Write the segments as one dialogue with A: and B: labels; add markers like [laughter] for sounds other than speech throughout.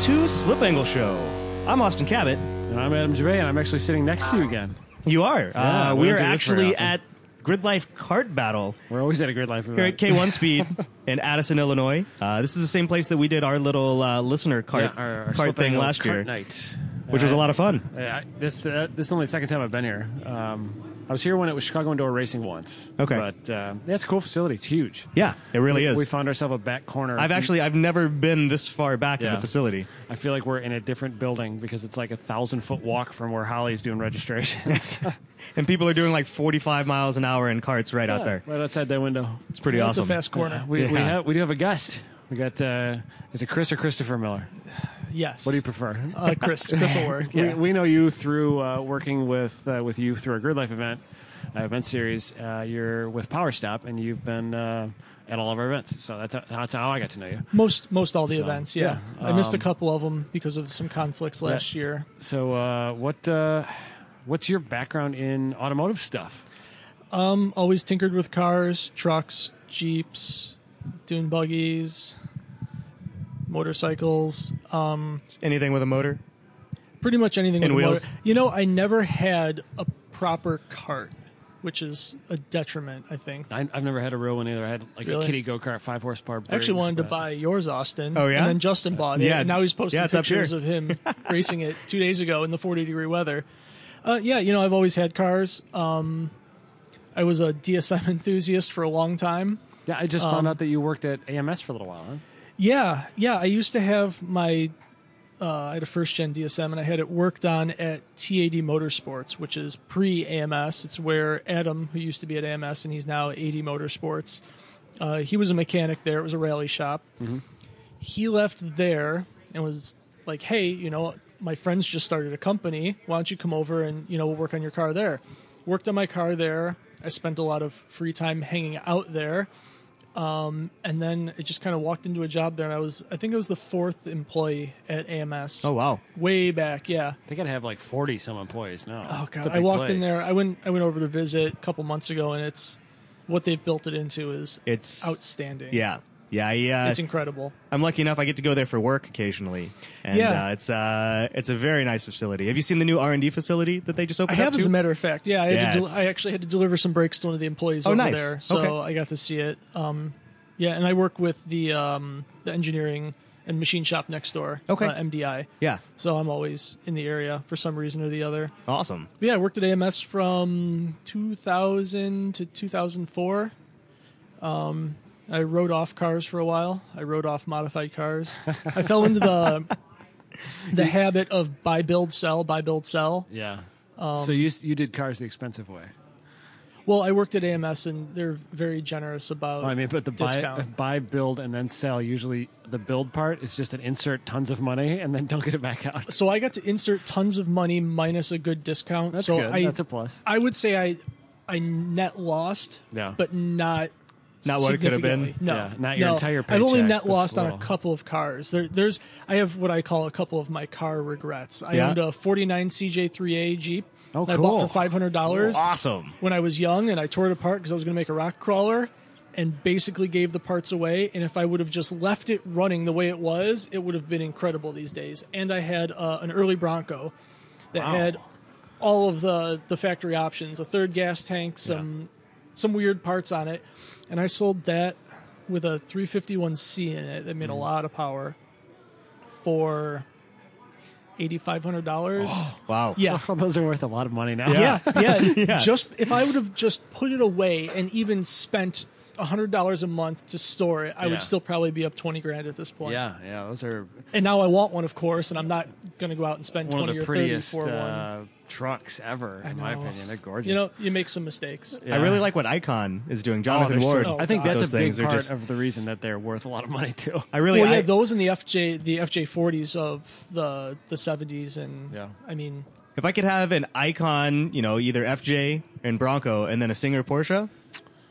A: to Slip Angle Show. I'm Austin Cabot.
B: And I'm Adam Gervais, and I'm actually sitting next to you again.
A: You are.
B: Yeah,
A: uh,
B: we
A: we
B: don't
A: are
B: do this very
A: actually
B: often.
A: at Grid Life Kart Battle
B: We're always at a grid life event.
A: here at
B: [laughs]
A: K1 Speed in Addison, Illinois. Uh, this is the same place that we did our little uh, listener
B: Yeah,
A: cart,
B: our, our
A: cart
B: slip
A: thing
B: angle
A: last
B: cart
A: year,
B: night,
A: which was a lot of fun.
B: Uh, I, this uh, this is only the second time I've been here. Um, I was here when it was Chicago Indoor Racing once.
A: Okay.
B: but uh, that's a cool facility. It's huge.
A: Yeah, it really is.
B: We found ourselves a back corner.
A: I've actually I've never been this far back in
B: Yeah.
A: the facility.
B: I feel like we're in a different building because it's like a thousand foot walk from where Holly's
A: [laughs]
B: doing registrations.
A: And people are doing like 45 miles an hour in carts right out there.
B: [laughs] right outside that window.
A: It's pretty
C: That's
A: awesome.
C: a fast corner.
B: We, we
A: Yeah.
B: have we do have a guest. We got uh, is it Chris or Christopher Miller?
C: Yes.
B: What do you prefer?
C: uh, Chris,
B: [laughs]
C: Chris will work. Yeah.
B: We, we know you through uh, working with uh, with you through our Grid Life event uh, event series. Uh, you're with Power Stop, and you've been uh, at all of our events. So that's how, that's how I got to know you.
C: most most all the events. Yeah,
B: yeah.
C: I missed a
B: Um,
C: couple of them because of some conflicts last year.
B: So uh, what uh, what's your background in automotive stuff?
C: Um, always tinkered with cars, trucks, jeeps, dune buggies, motorcycles. Um,
A: Anything with a motor?
C: pretty much anything
A: And
C: with a
A: wheels.
C: motor. You know, I never had a proper cart, which is a detriment. I think.
B: I, I've never had a real one either. I had like a
C: Really?
B: kitty go kart, five horsepower.
C: I actually
B: Briggs,
C: wanted to
B: but-
C: buy yours, Austin.
A: Oh, yeah?
C: And then Justin bought it.
A: Yeah.
C: And now he's posting
A: Yeah, it's up
C: pictures
A: here.
C: of him
A: [laughs]
C: racing it two days ago in the 40 degree weather. Uh, yeah, you know, I've always had cars. Um, I was a DSM [laughs] enthusiast for a long time.
B: Yeah, I just
C: um,
B: found out that you worked at AMS for a little while. Huh?
C: Yeah, yeah. I used to have my, uh, I had a first gen DSM and I had it worked on at TAD Motorsports, which is pre AMS. It's where Adam, who used to be at AMS and he's now at AD Motorsports, uh, he was a mechanic there. It was a rally shop. He left there and was like, hey, you know, my friends just started a company. Why don't you come over and, you know, we'll work on your car there? Worked on my car there. I spent a lot of free time hanging out there Um, and then I just kind of walked into a job there, and I was I think I was the fourth employee at AMS.
A: Oh wow.
C: way back, yeah.
B: They got to have like forty some employees now.
C: Oh
B: It's
C: god,
B: a
C: I
B: big
C: walked in
B: place.
C: there. I went I went over to visit a couple months ago, and it's what they've built it into is
A: It's
C: outstanding.
A: Yeah. Yeah, I, uh,
C: it's incredible.
A: I'm lucky enough I get to go there for work occasionally. And
C: Yeah.
A: uh, it's uh, it's a very nice facility. Have you seen the new R&D facility that they just
C: I
A: opened up
C: have, as
A: to?
C: a matter of fact, yeah. I, had
A: Yeah,
C: to del-
A: it's-
C: I actually had to deliver some brakes to one of the employees
A: Oh,
C: over
A: nice.
C: there, so
A: Okay.
C: I got to see it. Um, yeah, and I work with the um, the engineering and machine shop next door,
A: Okay.
C: uh, MDI.
A: yeah.
C: So I'm always in the area for some reason or the other.
A: Awesome.
C: But yeah, I worked at AMS from 2000 to 2004. Um, I rode off cars for a while. I rode off modified
A: [laughs]
C: cars. I fell into the the habit of buy, build, sell, buy, build, sell.
B: Yeah.
C: um,
B: so you you did cars the expensive way.
C: Well, I worked at AMS, and they're very generous about.
B: Oh, I mean, but the buy, [laughs]
C: discount.
B: buy, build, and then sell. Usually, the build part is just an insert tons of money and then don't get it back out.
C: so I got to insert tons of money minus a good discount.
B: That's
C: so
B: good.
C: I,
B: That's a plus. [laughs]
C: I would say I I net lost,
B: Yeah.
C: but not
A: Not what it could have been.
C: significantly. No,
B: Yeah, not your
C: no.
B: entire
C: I've only
B: paycheck.
C: net
B: That's
C: lost on a
B: little.
C: couple of cars. There, there's I have what I call a couple of my car regrets. I
A: Yeah.
C: owned a '49 CJ3A Jeep
B: Oh,
C: that I bought
B: cool.
C: for five hundred dollars
A: Awesome.
C: when I was young, and I tore it apart because I was going to make a rock crawler. And basically gave the parts away. And if I would have just left it running the way it was, it would have been incredible these days. And I had uh, an early Bronco that
B: Wow.
C: had all of the the factory options, a third gas tank, some some weird parts on it, and I sold that with a 351C in it that made a lot of power for eighty five hundred dollars.
A: Wow.
C: Yeah.
B: [laughs] Those are worth a lot of money now.
C: Yeah,
B: [laughs]
C: [laughs] yeah, Just if I would have just put it away and even spent hundred dollars a month to store it, I
B: Yeah.
C: would still probably be up twenty grand at this point.
B: yeah, yeah. Those are
C: And now I want one, of course, and I'm not going to go out and spend
B: one of
C: twenty
B: the
C: or thirty
B: prettiest
C: for one.
B: uh, trucks ever, in my
C: know.
B: opinion. They're gorgeous.
C: You know, you make some mistakes.
B: Yeah.
A: I really like what Icon is doing.
B: Oh,
A: Jonathan
B: they're so-
A: Ward.
C: Oh,
B: I think
C: God.
B: that's
A: Those
B: a big
A: things are
B: part
A: just-
B: of the reason that they're worth a lot of money too.
A: I really
C: well, yeah,
A: I-
C: those and the FJ, the FJ40s of the the 70s, and
B: Yeah.
C: I mean,
A: if I could have an Icon, you know, either FJ and Bronco and then a Singer Porsche,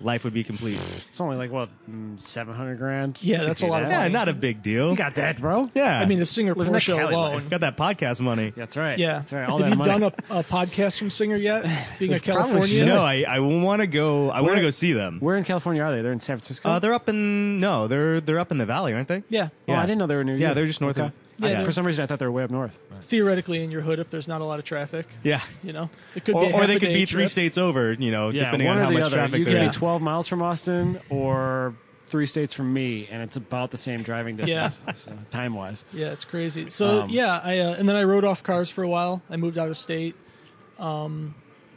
A: life would be complete.
B: It's only like what mm, seven hundred grand.
C: Yeah, that's a lot of
B: Yeah,
A: yeah,
C: money.
A: not a big deal.
B: you got that, bro.
A: yeah.
C: I mean a Singer
B: Living that
C: Porsche
B: Cali
C: alone.
B: life. [laughs]
A: got that podcast money.
B: That's right.
C: Yeah,
B: that's right. All
C: have
B: that
C: you
B: money.
C: done a, a podcast from
B: [laughs]
C: Singer yet? Being a
B: We've probably should.
C: Californian,
A: No, I I want to go I want to
B: Where-
A: go see them.
B: Where in California are they? They're in San Francisco.
A: Uh, they're up in no, they're they're up in the valley, aren't they?
C: yeah,
B: Oh, I didn't know they were near
A: Yeah,
B: you.
A: they're just north
B: Okay.
A: of.
C: Yeah,
B: I-
A: they're-
B: for some reason, I thought they were way up north.
C: theoretically in your hood if there's not a lot of traffic.
A: Yeah.
C: You know, it could be,
A: Or,
C: a
A: or
C: half
A: they
C: a
A: could
C: day
A: be three
C: trip.
A: states over, you know,
B: Yeah,
A: depending
B: one
A: on
B: or
A: how
B: the
A: much
B: other.
A: traffic
B: you
A: there
B: could
A: is.
B: be 12 miles from Austin or three states from me, and it's about the same driving distance, so, time wise.
C: Yeah, it's crazy. So
B: Um,
C: yeah, I uh, and then I rode off cars for a while. I moved out of state, um,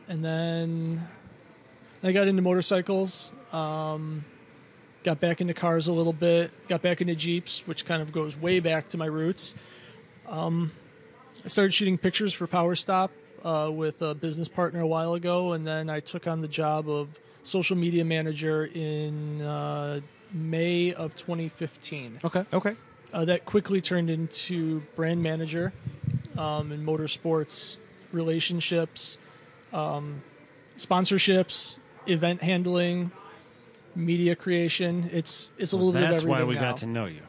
C: and then I got into motorcycles. Um, got back into cars a little bit. Got back into jeeps, which kind of goes way back to my roots. Um, I started shooting pictures for Power Stop uh, with a business partner a while ago, and then I took on the job of social media manager in uh, May of 2015
B: Okay.
A: Okay.
C: uh, that quickly turned into brand manager um, in motorsports relationships um, sponsorships event handling media creation it's it's a little bit of
B: That's
C: everything
B: why we
C: now.
B: got to know you.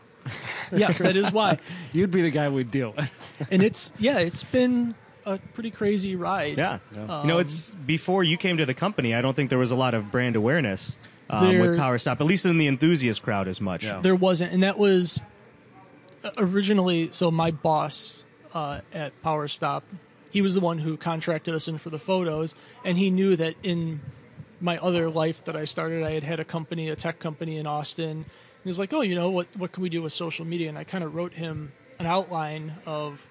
C: yes that
B: [laughs]
C: is why
B: You'd be the guy we'd deal with.
C: and it's yeah it's been a pretty crazy ride
A: Yeah.
B: Yeah.
A: you know, it's before you came to the company, I don't think there was a lot of brand awareness um,
C: There-
A: with Power Stop, at least in the enthusiast crowd as much.
B: Yeah.
C: There wasn't, and that was uh, originally. So my boss uh, at Power Stop, he was the one who contracted us in for the photos, and he knew that in my other life that I started, I had had a company, a tech company in Austin. He was like, "Oh, you know what? What can we do with social media?" And I kind of wrote him an outline of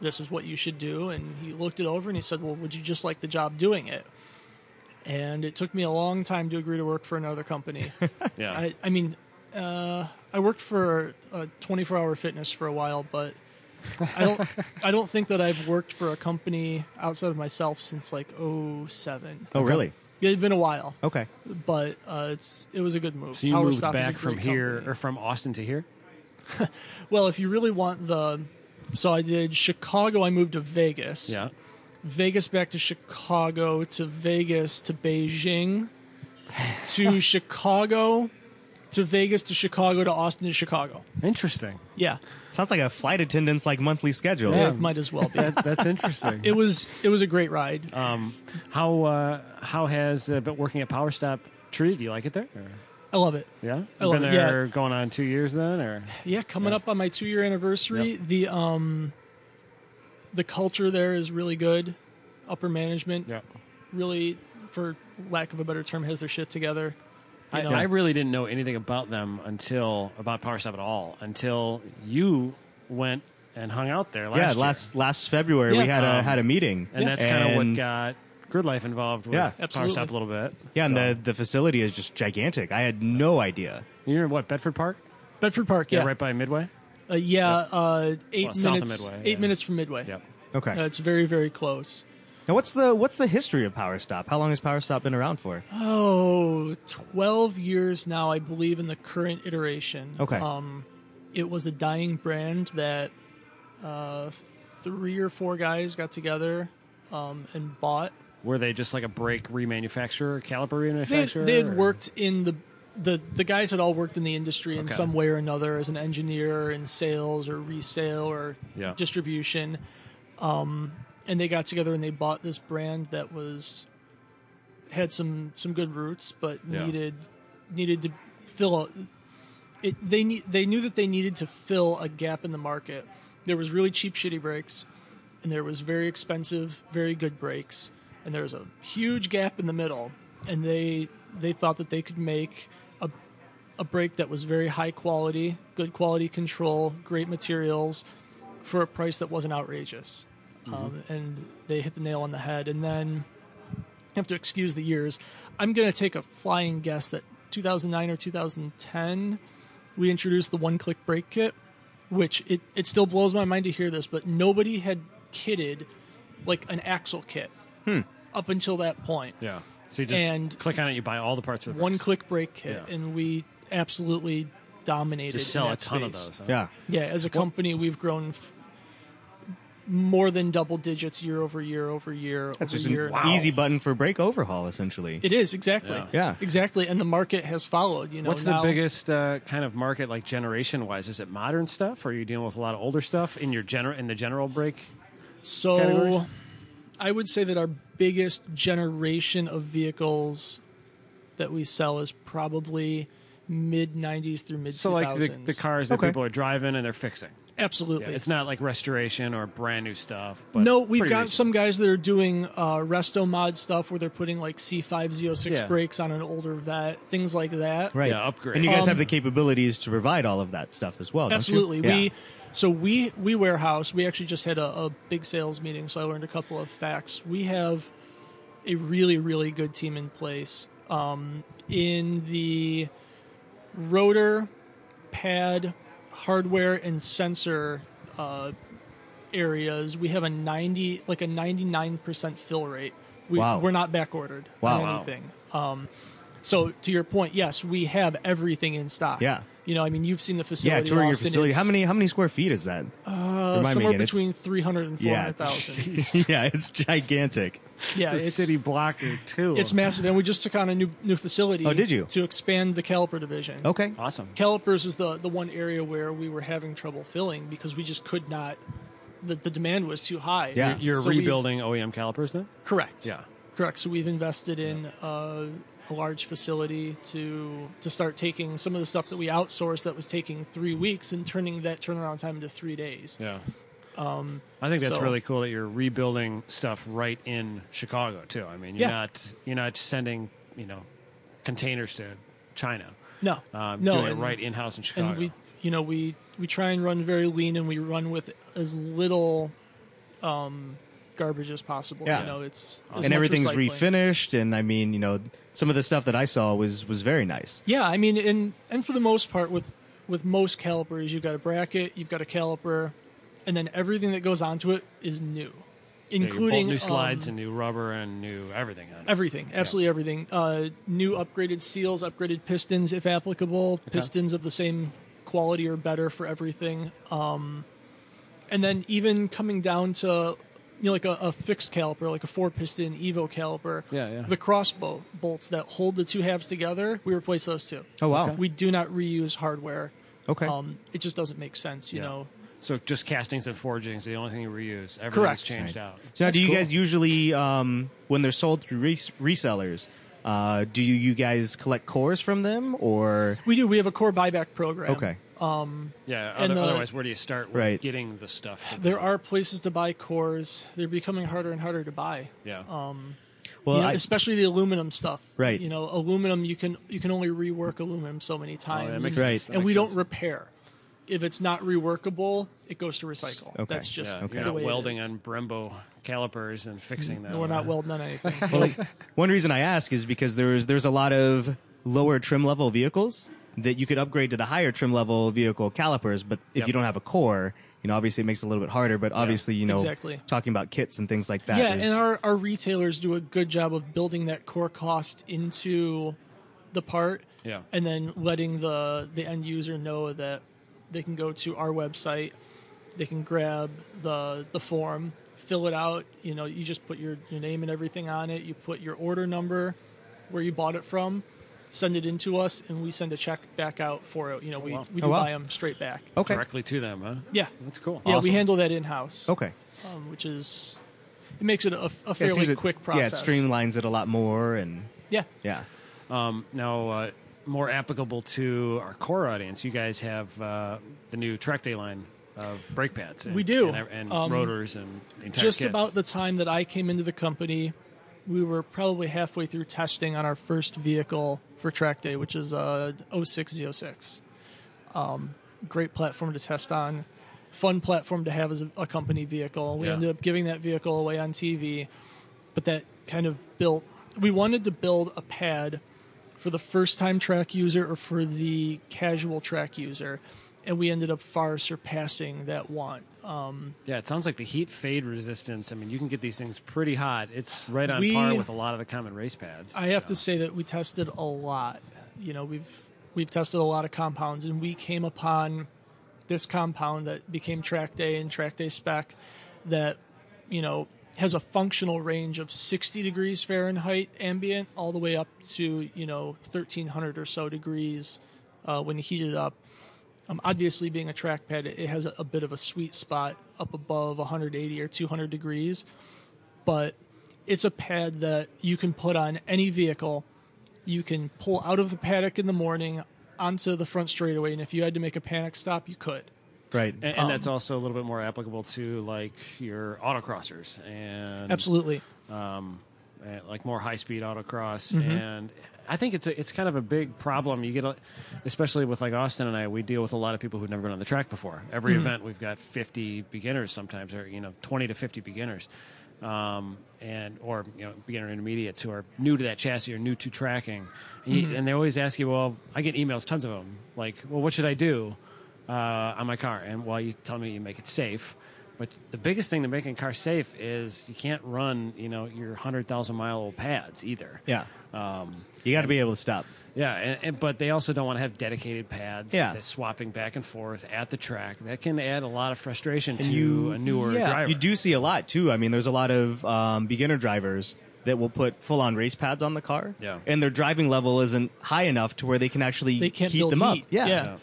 C: this is what you should do, and he looked it over and he said, "Well, would you just like the job doing it?" And it took me a long time to agree to work for another company.
B: Yeah.
C: I, I mean, uh, I worked for a 24 hour fitness for a while, but I don't, I don't think that I've worked for a company outside of myself since like 07.
A: Oh, really?
C: Yeah, It's been a while,
A: Okay.
C: but uh, it's it was a good move.
B: so you
C: Power
B: moved
C: Stop is a
B: back from
C: great
B: here
C: company.
B: or from Austin to here?
C: Well, if you really want the, so I did Chicago. I moved to Vegas.
B: Yeah.
C: Vegas back to Chicago to Vegas to Beijing to [laughs] Chicago to Vegas to Chicago to Austin to Chicago.
B: Interesting.
C: Yeah.
A: Sounds like a flight attendant's like monthly schedule.
C: It might as well be. [laughs]
B: That, that's interesting.
C: it was it was a great ride.
B: um, how uh, how has uh, but working at Power Stop treated you? Like it there? Or-
C: I love it.
B: Yeah,
C: I
B: You've been
C: love it, yeah.
B: there going on two years then, or
C: Yeah, coming up on my two year anniversary, the um the culture there is really good. Upper management really, for lack of a better term, has their shit together.
B: I,
C: know.
B: I really didn't know anything about them until about Power Stop at all until you went and hung out there last
A: Yeah,
B: year.
A: last last February
C: Yeah.
A: we had a
B: Um,
A: had a meeting,
B: and that's kind of
A: And,
B: what got Grid Life involved with
A: Yeah.
B: Power
C: Absolutely.
B: Stop a little bit.
A: yeah,
B: So-
A: and the the facility is just gigantic. I had no idea.
B: you're in what Bedford Park?
C: Bedford Park, yeah, yeah,
B: right by Midway.
C: uh, yeah uh, eight
B: Well,
C: minutes,
B: south of Midway,
C: eight
B: yeah.
C: minutes from Midway.
B: Yep.
A: Okay.
C: Uh, it's very very close.
A: now what's the what's the history of Power Stop? How long has Power Stop been around for?
C: Oh, 12 years now, I believe, in the current iteration.
A: Okay.
C: Um, it was a dying brand that uh, three or four guys got together um, and bought.
B: Were they just like a brake remanufacturer, caliper
C: They,
B: remanufacturer?
C: they had
B: or-
C: worked in the the the guys had all worked in the industry in
B: Okay.
C: some way or another as an engineer in sales or resale or
B: Yeah.
C: distribution. Um, and they got together and they bought this brand that was had some some good roots, but
B: Yeah.
C: needed needed to fill a, it. They need they knew that they needed to fill a gap in the market. There was really cheap shitty brakes, and there was very expensive, very good brakes, and there was a huge gap in the middle. And they they thought that they could make a a brake that was very high quality, good quality control, great materials, for a price that wasn't outrageous. Um,
B: Mm-hmm.
C: and they hit the nail on the head. And then you have to excuse the years. I'm going to take a flying guess that 2009 or 2010, we introduced the one click brake kit, which it, it still blows my mind to hear this, but nobody had kitted like an axle kit
B: Hmm.
C: up until that point.
B: Yeah. So you just
C: And-
B: click on it, you buy all the parts for the
C: One
B: brakes.
C: click brake kit,
B: Yeah.
C: and we absolutely dominated.
B: Just
C: in
B: sell a
C: that
B: ton of those.
C: space.
B: huh?
A: Yeah.
C: Yeah, as a company, we've grown f- more than double digits year over year over year
A: That's
C: over
A: just
C: year.
A: an easy button for brake overhaul essentially.
C: It is exactly,
B: Yeah.
A: Yeah.
C: exactly, and the market has followed. You know,
B: What's
C: now-
B: the biggest uh, kind of market, like generation wise? Is it modern stuff, or are you dealing with a lot of older stuff in your general in the general break?
C: So,
B: categories?
C: I would say that our biggest generation of vehicles that we sell is probably mid '90s through mid 2000s.
B: So like the, the cars that
A: Okay.
B: people are driving and they're fixing.
C: Absolutely.
B: Yeah, it's not like restoration or brand new stuff. But
C: no, we've
B: pretty
C: got
B: recent.
C: some guys that are doing uh, resto mod stuff where they're putting like C5Z06
B: Yeah.
C: brakes on an older vet, things like that.
A: Right.
B: Yeah, upgrade.
A: And you guys
C: Um,
A: have the capabilities to provide all of that stuff as well. don't you?
C: Absolutely.
A: Yeah.
C: We so we we warehouse. We actually just had a, a big sales meeting, so I learned a couple of facts. We have a really really good team in place um, in the rotor, pad, hardware, and sensor uh, areas. We have a ninety like a ninety nine percent fill rate. We,
A: Wow.
C: We're not back ordered
A: Wow.
C: on
A: Wow.
C: anything. Um, so to your point, yes, we have everything in stock.
A: Yeah.
C: You know, I mean, you've seen the facility.
A: yeah, touring your
C: Austin,
A: facility. How
C: it's,
A: many how many square feet is that?
C: Uh,
A: Remind me
C: somewhere
A: again, it's-
C: between 300
A: [laughs]
C: and
A: yeah, [laughs] it's-
C: 400,000.
A: yeah, it's gigantic.
C: Yeah,
B: the
C: it's,
B: city block or two.
C: it's massive. And we just took on a new new facility.
A: Oh, did you?
C: To expand the caliper division.
A: Okay.
B: awesome.
C: Calipers is the, the one area where we were having trouble filling because we just could not, the, the demand was too high.
A: Yeah.
B: You're
C: So we've-
B: rebuilding OEM calipers then?
C: Correct. Correct. So we've invested in uh, a large facility to to start taking some of the stuff that we outsourced that was taking three weeks and turning that turnaround time into three days.
B: Yeah. I think that's
C: Um, so-
B: really cool that you're rebuilding stuff right in Chicago too. I mean, you're
C: Yeah.
B: not you're not sending you know containers to China.
C: No,
B: Um,
C: no,
B: doing it
C: and-
B: right in house in Chicago.
C: and we you know we we try and run very lean and we run with as little um garbage as possible
A: Yeah.
C: you know it's as
A: and
C: much
A: everything's
C: recycling.
A: refinished and I mean, you know, some of the stuff that I saw was was very nice.
C: yeah i mean and and for the most part with with most calipers you've got a bracket you've got a caliper and then everything that goes onto it is new
B: Yeah, you bolt
C: including
B: new
C: um,
B: slides and new rubber and new everything. On it.
C: Everything, absolutely everything. Uh, new upgraded seals, upgraded pistons if applicable, pistons of the same quality or better for everything. Um, and then even coming down to you know like a, a fixed caliper, like a four piston Evo caliper.
B: Yeah, yeah.
C: The crossbow bolts that hold the two halves together, we replace those two.
A: Oh wow.
C: We do not reuse hardware.
A: Okay.
C: Um, it just doesn't make sense, you
B: Yeah.
C: know.
B: So just castings and forgings, the only thing you reuse. Everything's
C: Correct.
B: changed
A: Right.
B: out.
A: So now,
C: That's
A: do you
C: cool.
A: guys usually, um, when they're sold through res- resellers, uh, do you, you guys collect cores from them or?
C: We do. We have a core buyback program.
A: Okay.
B: Yeah.
C: And
B: other-
C: the-
B: otherwise, where do you start with
A: Right.
B: getting the stuff? that
C: There
B: they-
C: are places to buy cores. They're becoming harder and harder to buy.
B: Yeah.
C: um,
A: Well,
C: you know,
A: I-
C: especially the aluminum stuff.
A: Right. Oh,
C: You know, aluminum you can you can only rework aluminum so many times.
B: that makes
C: and,
A: sense. Right.
B: That
C: we
B: makes
C: don't
B: sense.
C: repair. If it's not reworkable, it goes to recycle.
A: Okay.
C: That's just
B: yeah.
A: okay.
B: You're
C: the
B: not
C: way it
B: welding
C: is. Mm-hmm.
B: on Brembo calipers and fixing them.
C: No, we're not welding on
A: [laughs]
C: anything. [laughs]
A: one reason I ask is because there's there's a lot of lower trim level vehicles that you could upgrade to the higher trim level vehicle calipers, but if
B: Yep.
A: you don't have a core, you know, obviously it makes it a little bit harder. But obviously, you know,
C: exactly.
A: talking about kits and things like that.
C: yeah,
A: is-
C: and our, our retailers do a good job of building that core cost into the part
B: Yeah.
C: and then letting the the end user know that they can go to our website, they can grab the the form, fill it out, you know, you just put your, your name and everything on it, you put your order number, where you bought it from, send it in to us and we send a check back out for it. You know, we,
B: wow.
C: we
A: Oh,
C: do
A: wow.
C: buy them straight back.
A: okay,
B: directly to them, huh?
C: Yeah.
B: That's cool.
C: Yeah,
A: Awesome.
C: we handle that in house
A: okay.
C: um, which is it makes it a, a
A: Yeah, it
C: fairly
A: seems it-
C: quick process.
A: Yeah, it streamlines it a lot more, and
C: Yeah.
A: yeah,
B: Um, now, uh, more applicable to our core audience, you guys have uh, the new track day line of brake pads. And,
C: We do.
B: and, and
C: Um,
B: rotors and the entire
C: Just
B: kits.
C: about the time that I came into the company, we were probably halfway through testing on our first vehicle for track day, which is uh, oh a 06 Z06. Um, great platform to test on, fun platform to have as a, a company vehicle. We
B: Yeah.
C: ended up giving that vehicle away on TV, but that kind of built. We wanted to build a pad for the first time track user or for the casual track user, and we ended up far surpassing that want.
B: yeah, it sounds like the heat fade resistance. I mean, you can get these things pretty hot. It's right on
C: We-
B: par with a lot of the common race pads.
C: I have
B: so.
C: to say that we tested a lot. You know, we've we've tested a lot of compounds, and we came upon this compound that became Track Day and Track Day Spec that you know has a functional range of 60 degrees Fahrenheit ambient all the way up to you know 1300 or so degrees uh, when heated up. Um, obviously, being a trackpad, it, it has a, a bit of a sweet spot up above 180 or 200 degrees, but it's a pad that you can put on any vehicle. You can pull out of the paddock in the morning onto the front straightaway, and if you had to make a panic stop, you could.
A: Right.
B: And, and
C: Um,
B: that's also a little bit more applicable to like your autocrossers and
C: Absolutely.
B: um, uh, like more high speed autocross. And I think it's a, it's kind of a big problem. You get, a, especially with like Austin and I, we deal with a lot of people who've never been on the track before. Every event we've got 50 beginners sometimes, or you know, 20 to 50 beginners, um, and or you know, beginner intermediates who are new to that chassis or new to tracking. And, you- and they always ask you, well, I get emails, tons of them, like, well, what should I do? uh, on my car. And while you tell me you make it safe, but the biggest thing to making a car safe is you can't run, you know, your hundred thousand mile old pads either.
A: Yeah.
B: Um,
A: You got to be able to stop.
B: yeah, and, and, but they also don't want to have dedicated pads.
A: Yeah.
B: that's swapping back and forth at the track that can add a lot of frustration to
A: you-
B: a newer
C: yeah,
B: driver.
A: Mm, You do see a lot too. I mean, there's a lot of um, beginner drivers that will put full-on race pads on the car,
B: Yeah.
A: and their driving level isn't high enough to where they can actually
C: They can't
A: heat
C: build
A: them
C: heat.
A: up. Yeah.
C: Yeah.
B: Yeah.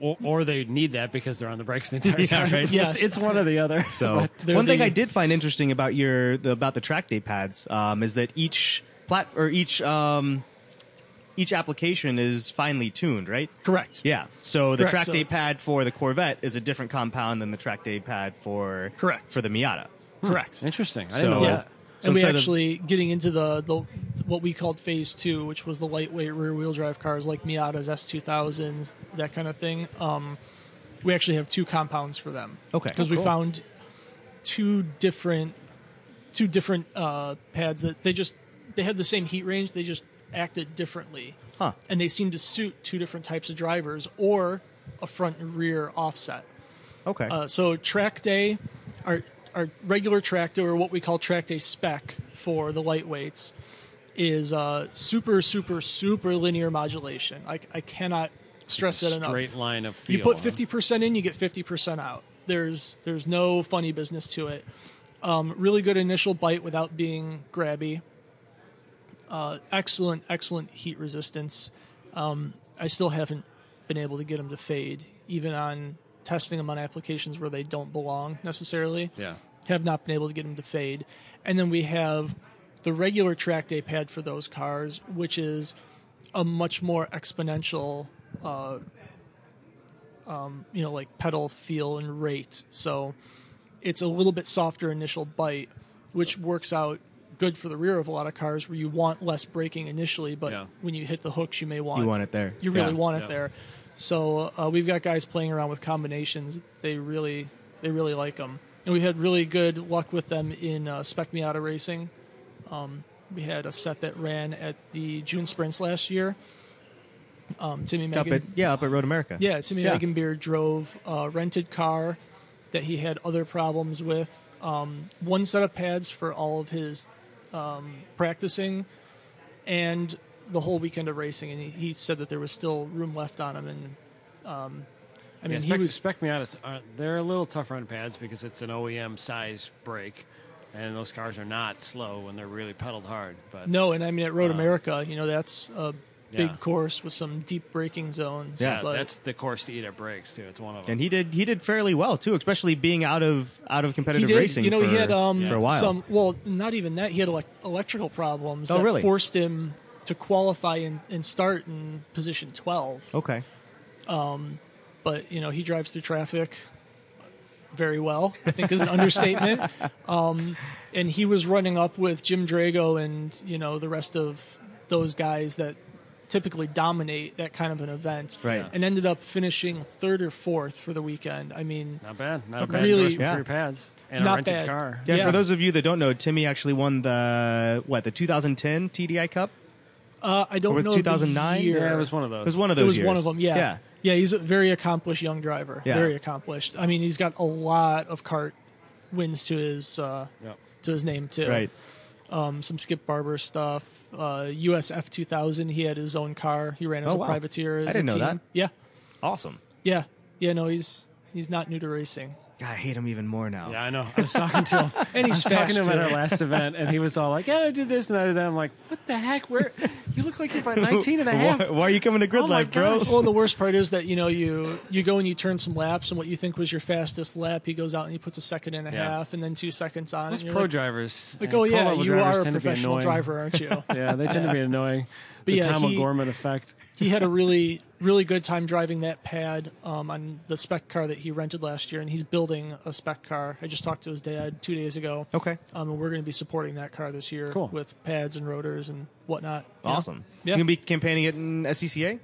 B: Or, or they need that because they're on the brakes the entire time. Right? [laughs]
C: Yes.
B: It's, it's one or the other.
A: So
C: they're
A: one thing
C: the-
A: I did find interesting about your the, about the track day pads um, is that each plat or each um, each application is finely tuned, right?
C: Correct.
A: Yeah. So the
C: Correct.
A: track
C: So
A: day
C: it's-
A: pad for the Corvette is a different compound than the track day pad for
C: Correct.
A: for the Miata.
B: [laughs]
C: Correct.
B: interesting. I
A: So-
B: didn't know
A: Yeah.
B: that.
A: So
C: and we
A: instead of-
C: actually getting into the, the what we called phase two, which was the lightweight rear wheel drive cars like Miatas, S two thousands, that kind of thing. Um, we actually have two compounds for them.
A: Okay.
C: because
A: Oh,
C: we
A: cool.
C: found two different two different uh, pads that they just they had the same heat range, they just acted differently,
A: Huh.
C: and they seemed to suit two different types of drivers or a front and rear offset.
A: Okay.
C: Uh, so track day, our our regular track day, or what we call track day spec for the lightweights, is uh, super super super linear modulation. I I cannot stress that enough.
B: Straight line of feel.
C: You put
B: huh?
C: fifty percent in, you get fifty percent out. There's there's no funny business to it. Um, really good initial bite without being grabby. Uh, excellent excellent heat resistance. Um, I still haven't been able to get them to fade, even on testing them on applications where they don't belong necessarily
B: Yeah.
C: have not been able to get them to fade. And then we have the regular track day pad for those cars, which is a much more exponential, uh, um, you know, like pedal feel and rate. So it's a little bit softer initial bite, which works out good for the rear of a lot of cars where you want less braking initially, but
B: Yeah.
C: when you hit the hooks, you may want
A: you want it there.
C: you really
B: Yeah,
C: want it
B: yeah.
C: there. So uh, we've got guys playing around with combinations. They really they really like them, and we had really good luck with them in uh, Spec Miata racing. Um, we had a set that ran at the June sprints last year. Um, Timmy
A: up
C: Megan,
A: at yeah up at Road America.
C: yeah, Timmy
A: Yeah.
C: Meganbeer drove a rented car that he had other problems with. Um, one set of pads for all of his um, practicing and the whole weekend of racing. And he, he said that there was still room left on him. And um, I mean,
B: Yeah,
C: he
B: spec,
C: was
B: spec Miatas are uh, they're a little tougher on pads because it's an OEM size brake, and those cars are not slow when they're really pedaled hard. But
C: no. And I mean, at Road America, you know, that's a big
B: Yeah.
C: course with some deep braking zones.
B: yeah,
C: but
B: that's the course to eat at brakes too. It's one of them.
A: And he did he did fairly well too, especially being out of out of
C: he
A: competitive
C: did.
A: racing.
C: you know,
A: for,
C: he had um
A: for a while.
C: some. Well, not even that. He had elec electrical problems
A: Oh,
C: that
A: really?
C: forced him to qualify and, and start in position twelve.
A: okay.
C: But you know, he drives through traffic very well. I think is an understatement.
A: [laughs]
C: Um, and he was running up with Jim Drago and you know the rest of those guys that typically dominate that kind of an event.
A: Right.
C: And ended up finishing third or fourth for the weekend. I mean,
B: not bad, not a bad
C: Really-
B: endorsement
A: Yeah.
B: for your pads and
C: Not
B: a rented
C: bad.
B: car.
A: Yeah,
C: Yeah.
A: For those of you that don't know, Timmy actually won the what the 2010 TDI Cup.
C: uh, I don't
A: Over
C: know the
A: 2009?
C: year.
B: Yeah, it was one of
A: It
B: those.
A: was one of
C: It
A: those.
C: was one
A: years.
C: of them. Yeah.
A: Yeah.
C: yeah, He's a very accomplished young driver.
A: Yeah.
C: Very accomplished. I mean, he's got a lot of cart wins to his uh,
B: Yeah.
C: to his name too.
A: Right.
C: Um, some Skip Barber stuff. Uh, USF 2000. He had his own car. He ran as
A: Oh,
C: a
A: wow.
C: privateer. As
A: I didn't
C: a
A: know
C: team.
A: that.
C: Yeah.
A: Awesome.
C: Yeah. Yeah. No, he's he's not new to racing.
A: God, I hate him even more now.
B: Yeah, I know. I was talking to
C: [laughs]
B: him.
C: And
B: I
C: he's
B: was talking to him
C: fast,
B: at our
C: too.
B: last event, and he was all like, "Yeah, I did this and I did that." I'm like, "What the heck? Where? You look like you're
A: [laughs]
B: about 19 and a
A: [laughs]
B: half."
A: Why, why are you coming to Grid
B: Oh my
A: Life, bro?
C: Well, and the worst part is that you know
A: [laughs]
C: you you go and you turn some laps, and what you think was your fastest lap, he goes out and he puts a second and a
B: Yeah.
C: half, and then two seconds on.
B: Those
C: and you're
B: pro
C: like,
B: drivers,
C: like,
B: and
C: oh
B: pro
C: yeah,
B: level
C: you
B: drivers
C: are a
B: tend to be
C: professional
A: [laughs]
B: annoying.
C: driver, aren't you?
B: Yeah, they tend to be annoying.
C: But
B: the
C: yeah,
B: Tom
C: he-
B: O'Gorman effect.
C: he had a really really good time driving that pad um, on the spec car that he rented last year, and he's building a spec car. I just talked to his dad two days ago.
A: Okay.
C: Um, and we're going to be supporting that car this year
B: Cool.
C: with pads and rotors and whatnot. Yeah.
A: Awesome.
C: Yeah.
A: You can be campaigning it in E SCCA.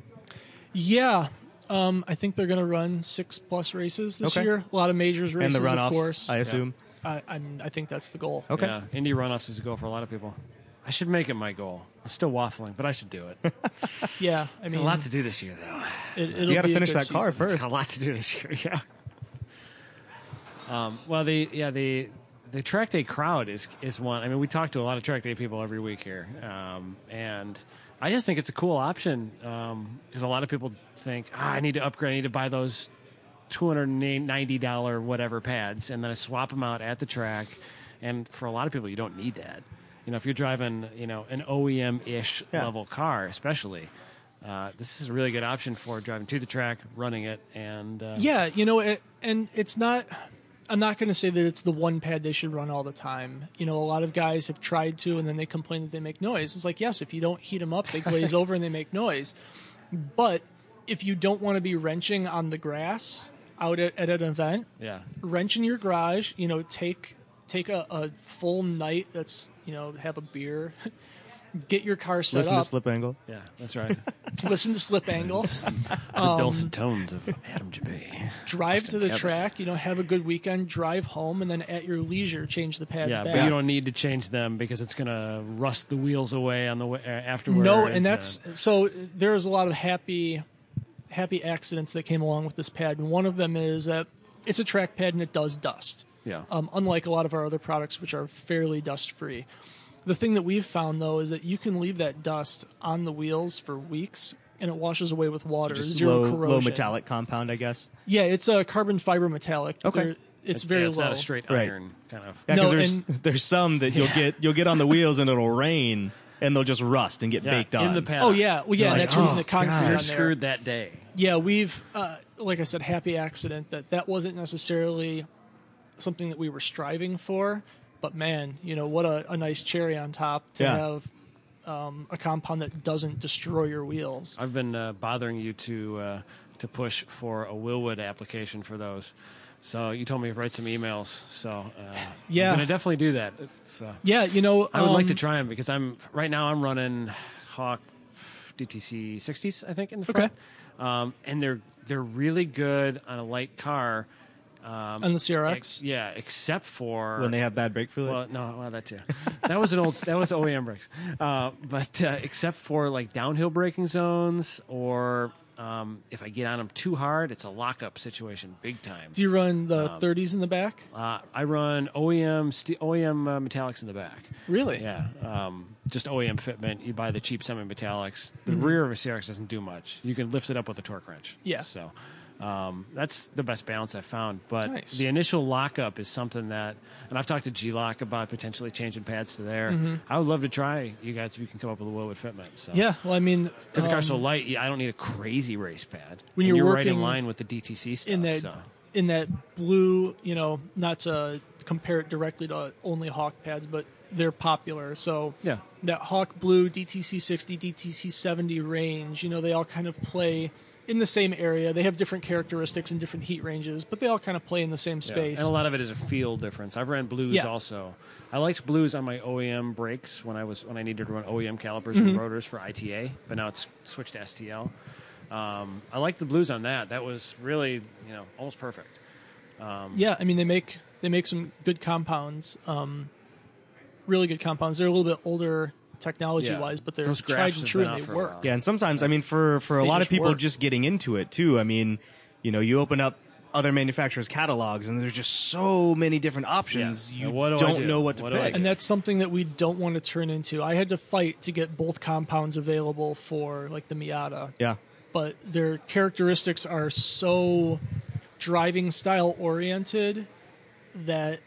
C: Yeah. Um, I think they're going to run six plus races this
A: Okay.
C: year. A lot of majors races,
A: and the runoffs,
C: of course.
A: I assume.
C: I, I'm, I think that's the goal.
A: Okay.
B: Yeah, indie runoffs is a goal for a lot of people. I should make it my goal. I'm still waffling, but I should do [laughs] it.
C: Yeah, I
B: a
C: mean,
B: lot to do this year, though.
C: it, it'll
A: You got to
C: be a
A: finish
C: good
A: that car
C: season.
A: first.
B: Got a lot to do this year. [laughs] Yeah. Um, well, the yeah the the track day crowd is is one. I mean, we talk to a lot of track day people every week here, um, and I just think it's a cool option because a lot of people think ah, I need to upgrade. I need to buy those two hundred ninety dollar whatever pads, and then I swap them out at the track. And for a lot of people, you don't need that. You know, if you're driving, you know, an OEM ish
A: Yeah.
B: level car, especially, uh, this is a really good option for driving to the track, running it, and uh,
C: Yeah, you know, it, and it's not. I'm not going to say that it's the one pad they should run all the time. You know, a lot of guys have tried to, and then they complain that they make noise. It's like, yes, if you don't heat them up,
A: [laughs]
C: they glaze over and they make noise. But if you don't want to be wrenching on the grass out at, at an event,
B: yeah,
C: wrench in your garage. You know, take take a, a full night. That's you know, have a beer, [laughs] get your car set
A: Listen
C: up,
A: to Slip Angle.
B: yeah, that's
C: [laughs]
B: right.
C: listen
A: [laughs]
C: to slip angle.
B: the
C: Um,
B: dulcet tones of Adam Jabe.
C: drive to the
B: Kevin.
C: track, you know, have a good weekend, drive home, and then at your leisure change the pads
B: Yeah,
C: back.
B: but you don't need to change them because it's gonna rust the wheels away on the way uh, afterwards.
C: no, and
B: uh,
C: that's so there's a lot of happy happy accidents that came along with this pad, and one of them is that it's a track pad and it does dust.
B: yeah,
C: Um, unlike a lot of our other products which are fairly dust free. The thing that we've found though is that you can leave that dust on the wheels for weeks and it washes away with water.
A: Just
C: zero
A: low,
C: corrosion.
A: low metallic compound, I guess.
C: Yeah, it's a carbon fiber metallic.
A: Okay.
C: They're- It's very
B: yeah, it's
C: low.
B: not a straight
A: Right.
B: iron kind of.
A: Yeah, 'cause
C: No,
A: there's
C: and-
A: [laughs] there's some that you'll get you'll get on the wheels and it'll rain and they'll just rust and get
B: Yeah,
A: baked on.
B: in the pad.
C: Oh yeah, well yeah,
A: You're like,
C: that's using
A: "Oh,
C: the concrete.
A: God."
C: on
B: You're
C: there.
B: screwed that day.
C: Yeah, we've uh, like I said, happy accident that that wasn't necessarily something that we were striving for, but man, you know what a, a nice cherry on top to
A: Yeah.
C: have um, a compound that doesn't destroy your wheels.
B: I've been uh, bothering you to uh, to push for a Willwood application for those. So you told me to write some emails. So uh,
C: Yeah.
B: I'm gonna definitely do that. So
C: Yeah, you know
B: I would like
C: um,
B: to try them because I'm right now I'm running Hawk DTC 60s I think in the
C: Okay.
B: front, um, and they're they're really good on a light car. Um,
C: on the CRX.
B: ex- yeah, except for
A: when they have bad brake fluid.
B: well, no, well, that too. That was an old. That was OEM brakes. Uh, but uh, except for like downhill braking zones, or um, if I get on them too hard, it's a lockup situation, big time.
C: Do you run the 30s in the back?
B: Uh, I run OEM st- OEM uh, metallics in the back.
C: Really?
B: Yeah, um, just OEM fitment. You buy the cheap semi-metallics. The rear of a CRX doesn't do much. You can lift it up with a torque wrench.
C: Mm-hmm. Yeah.
B: So um, that's the best balance I found. But
C: Nice.
B: the initial lockup is something that, and I've talked to G Lock about potentially changing pads to there. I would love to try you guys if you can come up with a Willwood fitment. So.
C: Mm-hmm. Yeah. Well, I mean,
B: Because the
C: um,
B: car's so light, yeah, I don't need a crazy race pad.
C: When
B: And
C: you're
B: right in
C: working
B: line with the DTC stuff.
C: in that
B: so.
C: in that blue, you know, not to compare it directly to only Hawk pads, but they're popular. So
B: Yeah.
C: that Hawk Blue DTC 60, DTC 70 range, you know, they all kind of play in the same area. They have different characteristics and different heat ranges, but they all kind of play in the same
B: Yeah,
C: space.
B: And a lot of it is a feel difference. I've ran blues
C: Yeah.
B: also. I liked blues on my OEM brakes when I was when I needed to run OEM calipers
C: Mm-hmm.
B: and rotors for ITA, but now it's switched to STL. Um, I liked the blues on that. That was really you know almost perfect.
C: Yeah, I mean they make they make some good compounds, um, really good compounds. They're a little bit older technology wise, but they're
B: Those
C: tried
B: graphs
C: and
B: have
C: true
B: been
C: and
B: out
C: they
B: for a
C: work.
B: while.
A: Yeah, and sometimes I mean for for a
C: They
A: lot of
C: just
A: people
C: work.
A: just getting into it too. I mean, you know, you open up other manufacturers' catalogs and there's just so many different options.
B: Yeah.
A: You
B: What do I
A: not
B: do?
A: know what to
B: What do I
A: pick.
B: do?
C: And that's something that we don't want to turn into. I had to fight to get both compounds available for like the Miata,
A: yeah.
C: but their characteristics are so driving style oriented that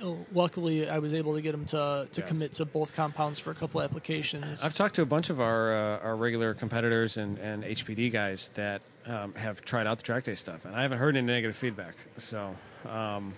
C: uh, luckily I was able to get them to, to
B: Yeah.
C: commit to both compounds for a couple applications.
B: I've talked to a bunch of our uh, our regular competitors and, and HPD guys that um, have tried out the track day stuff, and I haven't heard any negative feedback. So, um,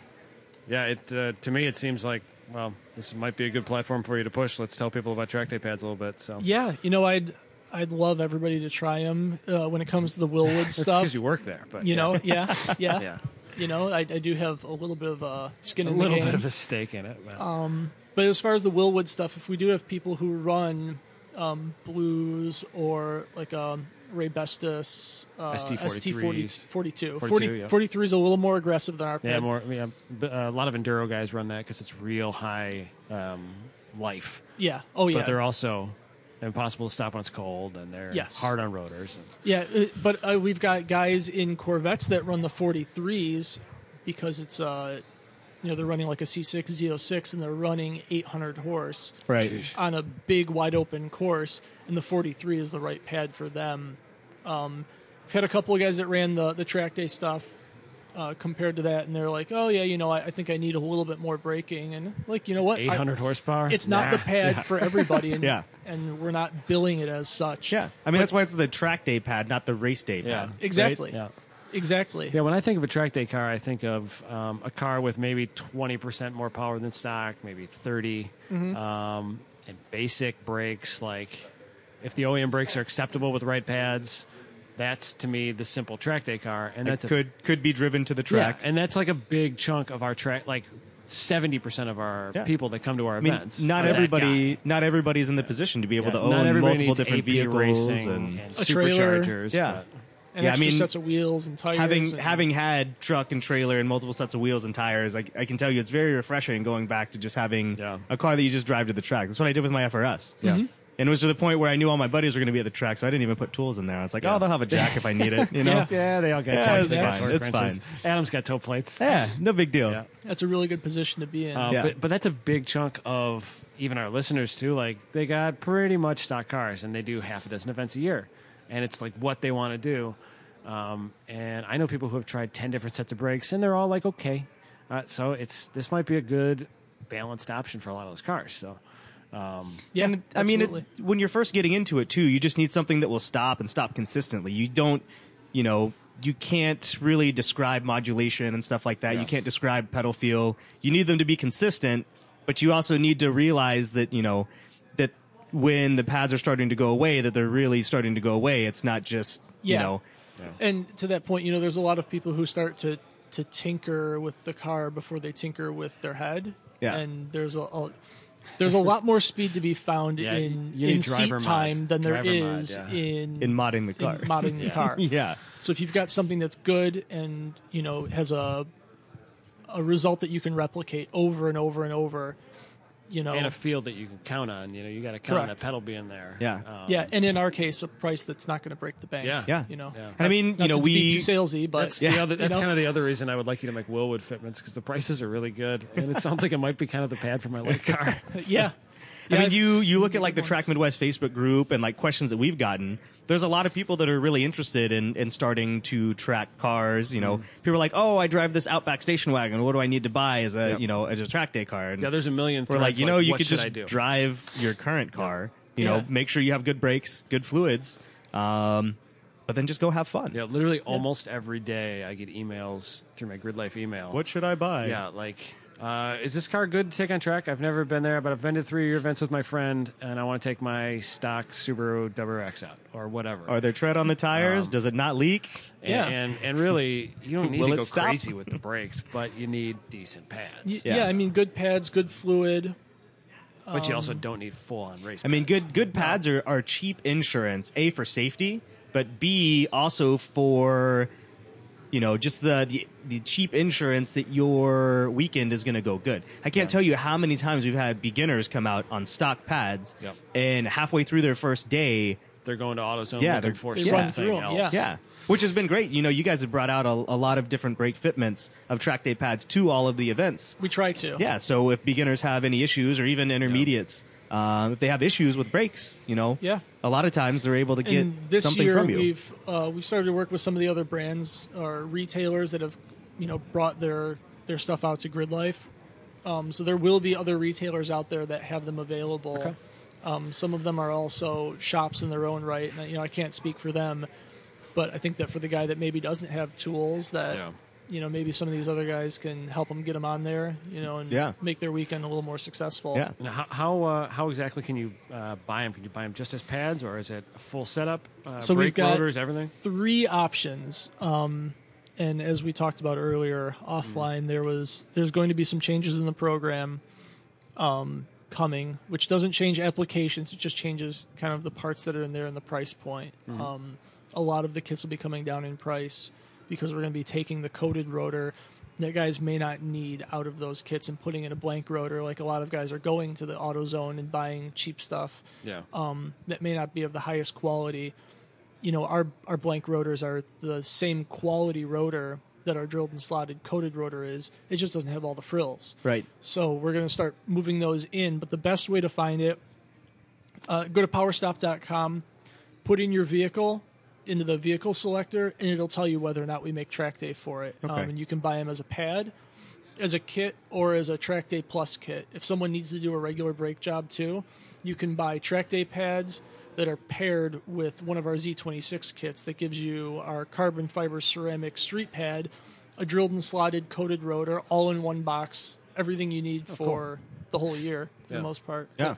B: yeah, it uh, to me it seems like well, this might be a good platform for you to push. Let's tell people about track day pads a little bit. So,
C: yeah, you know, I'd I'd love everybody to try them uh, when it comes to
B: [laughs]
C: the Willwood stuff.
B: because you work there. But
C: you
B: yeah.
C: know, yeah,
B: [laughs]
C: yeah,
B: yeah,
C: You know, I, I do have a little bit of uh, skin
B: a
C: in
B: little
C: the game.
B: bit of a stake in it. But
C: Um, But as far as the Willwood stuff, if we do have people who run um, blues or like um, Ray Bestis, uh,
B: ST43s.
C: ST42, 42,
B: 42, yeah.
C: 43 is a little more aggressive than our
B: yeah, more. Yeah, but, uh, a lot of enduro guys run that because it's real high um, life.
C: yeah. Oh
B: But
C: yeah,
B: they're also impossible to stop when it's cold, and they're
C: Yes.
B: hard on rotors. And,
C: yeah. uh, But uh, we've got guys in Corvettes that run the 43s because it's uh, you know they're running like a C6 Z06 and they're running 800 horse
A: Right.
C: on a big wide open course, and the 43 is the right pad for them. Um, I've had a couple of guys that ran the the track day stuff uh, compared to that, and they're like, "Oh yeah, you know, I, I think I need a little bit more braking," and like, you know what, I-
B: 800 horsepower.
C: it's not the
B: Nah.
C: pad for everybody,
A: [laughs]
C: and,
A: Yeah.
C: and we're not billing it as such.
A: Yeah. I mean, that's why it's the track day pad, not the race day
B: Yeah.
A: pad. right?
C: exactly,
B: Yeah.
C: exactly.
B: Yeah, when I think of a track day car, I think of um, a car with maybe 20% more power than stock, maybe 30,
A: Mm-hmm.
B: um, and basic brakes. Like, if the OEM brakes are acceptable with the right pads, that's to me the simple track day car, and that's
A: It
B: a
A: could could be driven to the
B: yeah,
A: track.
B: and that's like a big chunk of our track, like 70% of our
A: Yeah.
B: people that come to our
A: I mean,
B: events.
A: not
B: are that
A: everybody
B: guy.
A: not everybody's in the position to be able
B: Yeah,
A: to
B: not
A: own multiple
B: everybody needs
A: different
B: AP
A: vehicles
B: racing
A: and,
C: A trailer.
B: superchargers.
A: yeah.
B: but-
C: And
A: Yeah, I
C: extra
A: mean,
C: sets of wheels and tires.
A: Having
C: and-
A: having had truck and trailer and multiple sets of wheels and tires, I, I can tell you it's very refreshing going back to just having
B: Yeah.
A: a car that you just drive to the track. That's what I did with my FRS.
B: Yeah. Mhm.
A: Mm-hmm. And it was to the point where I knew all my buddies were going to be at the track, so I didn't even put tools in there. I was like, oh, they'll have a jack if I need
B: [laughs]
A: it, you know?
C: Yeah.
A: yeah.
B: Yeah, they all got
A: Yeah,
B: toe
A: it's
B: plates,
A: fine.
B: toe
A: It's
B: wrenches. Adam's got toe plates.
A: no big deal.
B: Yeah.
C: that's a really good position to be in.
B: Uh,
A: Yeah.
B: but, but that's a big chunk of even our listeners too. Like they got pretty much stock cars, and they do half a dozen events a year, and it's like what they want to do. Um, and I know people who have tried ten different sets of brakes, and they're all like okay. Uh, so it's this might be a good balanced option for a lot of those cars. So um,
C: yeah,
A: And I mean,
C: absolutely.
A: it, when you're first getting into it, too, you just need something that will stop and stop consistently. You don't, you know, you can't really describe modulation and stuff like that. You can't describe pedal feel. You need them to be consistent, but you also need to realize that, you know, that when the pads are starting to go away, that they're really starting to go away. It's not just,
C: Yeah.
A: you know,
C: And to that point, you know, there's a lot of people who start to to tinker with the car before they tinker with their head.
A: Yeah.
C: And there's a, a there's a lot more speed to be found
B: Yeah,
C: in
B: you need
C: in
B: driver
C: seat
B: mod.
C: time than there
B: Driver mod,
C: is
B: yeah.
C: in
A: in modding the
C: in
A: car.
B: [laughs]
C: modding the car.
A: [laughs] yeah.
C: So if you've got something that's good and you know has a a result that you can replicate over and over and over, you know,
B: and a field that you can count on. You know, you got to count on
C: Correct.
B: that pedal being there.
A: Yeah.
B: Um,
C: yeah, and in our case, a price that's not going to break the bank.
B: Yeah.
A: Yeah.
C: you know.
B: Yeah.
A: And I mean,
C: Not
A: you know,
C: to
A: we.
C: be too salesy, but
B: That's the other. That's kind of the other reason I would like you to make Willwood fitments because the prices are really good, and it sounds like it might be kind of the pad for my light car.
C: of [laughs] yeah.
A: [laughs] I
C: Yeah,
A: mean, you you look at like the Track Midwest Facebook group and like questions that we've gotten. There's a lot of people that are really interested in in starting to track cars. You know,
B: Mm-hmm.
A: people are like, "Oh, I drive this Outback station wagon. What do I need to buy as a
B: Yep.
A: you know as a track day car?" And
B: Yeah, there's a million.
A: we're
B: Threads,
A: like, you know, you
B: what
A: could
B: should I
A: just
B: do?
A: drive your current car. You
C: Yeah.
A: know, make sure you have good brakes, good fluids, um, but then just go have fun.
B: Yeah, literally almost every day I get emails through my grid life email.
A: What should I buy?
B: Yeah, like, uh, is this car good to take on track? I've never been there, but I've been to three of your events with my friend, and I want to take my stock Subaru WRX out or whatever.
A: Are there tread on the tires?
B: Um,
A: Does it not leak?
B: and,
C: yeah.
B: and and really,
A: [laughs]
B: you don't need
A: Will
B: to
A: it
B: go
A: stop?
B: crazy with the brakes, but you need decent
C: Y-
B: pads.
C: Yeah. I mean, good pads, good fluid.
B: But you also don't need full on race.
A: um, I mean,
B: pads.
A: good good pads are, are cheap insurance. A for safety, but B also for you know just the the, the cheap insurance that your weekend is going to go good. I can't tell you how many times we've had beginners come out on stock pads,
B: Yep.
A: and halfway through their first day,
B: They're going to AutoZone
A: Yeah,
B: looking
A: they're-
B: for
C: they run
B: something
C: through 'em,
B: else.
C: yeah.
A: yeah, which has been great. You know, you guys have brought out a, a lot of different brake fitments of track day pads to all of the events.
C: We try to.
A: Yeah, so if beginners have any issues, or even intermediates, um, if they have issues with brakes, you know,
C: Yeah.
A: a lot of times they're able to get
C: And this
A: something
C: year
A: from you.
C: we've uh, we've started to work with some of the other brands or retailers that have you know brought their their stuff out to Grid Life. Um, so there will be other retailers out there that have them available. Um, some of them are also shops in their own right, and you know I can't speak for them, but I think that for the guy that maybe doesn't have tools that
B: Yeah.
C: you know, maybe some of these other guys can help them get them on there, you know, and
A: Yeah.
C: make their weekend a little more successful.
A: Yeah.
B: And how how, uh, how exactly can you uh, buy them? Can you buy them just as pads, or is it a full setup? Uh,
C: So
B: brake
C: we've got
B: rotors, everything.
C: three options. Um, and as we talked about earlier offline, there was there's going to be some changes in the program um, coming, which doesn't change applications. It just changes kind of the parts that are in there and the price point. Um, a lot of the kits will be coming down in price because we're going to be taking the coated rotor that guys may not need out of those kits and putting in a blank rotor. Like a lot of guys are going to the AutoZone and buying cheap stuff
B: Yeah.
C: um, that may not be of the highest quality. You know, our our blank rotors are the same quality rotor that our drilled and slotted coated rotor is. It just doesn't have all the frills.
A: Right.
C: So we're going to start moving those in. But the best way to find it, uh, go to powerstop.com, put in your vehicle into the vehicle selector, and it'll tell you whether or not we make track day for it.
A: Okay.
C: Um, and you can buy them as a pad, as a kit, or as a track day plus kit. If someone needs to do a regular brake job too, you can buy track day pads that are paired with one of our Z26 kits that gives you our carbon fiber ceramic street pad, a drilled and slotted coated rotor, all in one box, everything you need
B: Oh,
C: for the whole year for
B: Yeah.
C: the most part.
A: Yeah.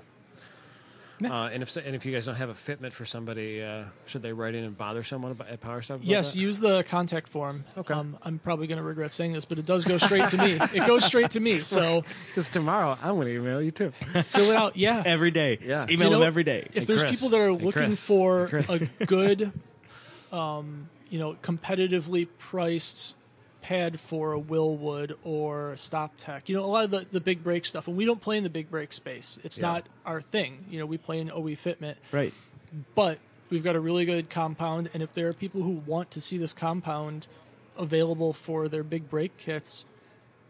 B: Uh, and if so- and if you guys don't have a fitment for somebody, uh, should they write in and bother someone about, at Power Stop? about
C: Yes,
B: that?
C: use the contact form.
B: Okay.
C: Um, I'm probably going to regret saying this, but it does go straight to me. It goes straight
B: [laughs]
C: to me. So
B: Because tomorrow I'm going to email you [laughs] too.
C: fill it out. Yeah.
A: Every day.
B: Yeah.
A: Just email
C: You know,
A: them every day.
C: If
B: And
C: there's
B: Chris.
C: people that are
B: And
C: looking
B: Chris.
C: for
B: And Chris.
C: a good, [laughs] um, you know, competitively priced pad for a Willwood or Stop Tech, you know, a lot of the, the big break stuff, and we don't play in the big break space. It's
B: Yeah.
C: not our thing. You know, we play in OE Fitment.
A: Right.
C: but we've got a really good compound and if there are people who want to see this compound available for their big break kits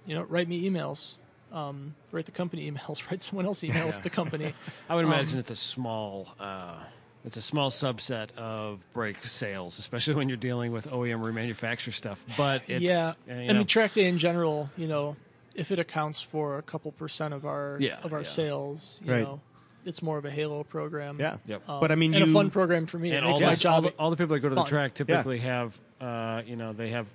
C: you know write me emails um, write the company emails [laughs] write someone else emails
B: [laughs]
C: the company
B: I would imagine it's a small. Uh, it's a small subset of brake sales, especially when you're dealing with OEM remanufacture stuff. But it's, uh, you
C: yeah i
B: know,
C: mean track day in general you know if it accounts for a couple percent of our
B: Yeah,
C: of our
B: yeah.
C: sales you
A: Right.
C: know it's more of a halo program
A: Yeah.
B: Yep.
C: um,
A: But I mean,
C: and
A: you-
C: a fun program for me it
B: and all,
C: makes
B: the,
C: my
B: all,
C: job
B: the, all the people that go to
C: fun.
B: the track typically have, uh, you know, they have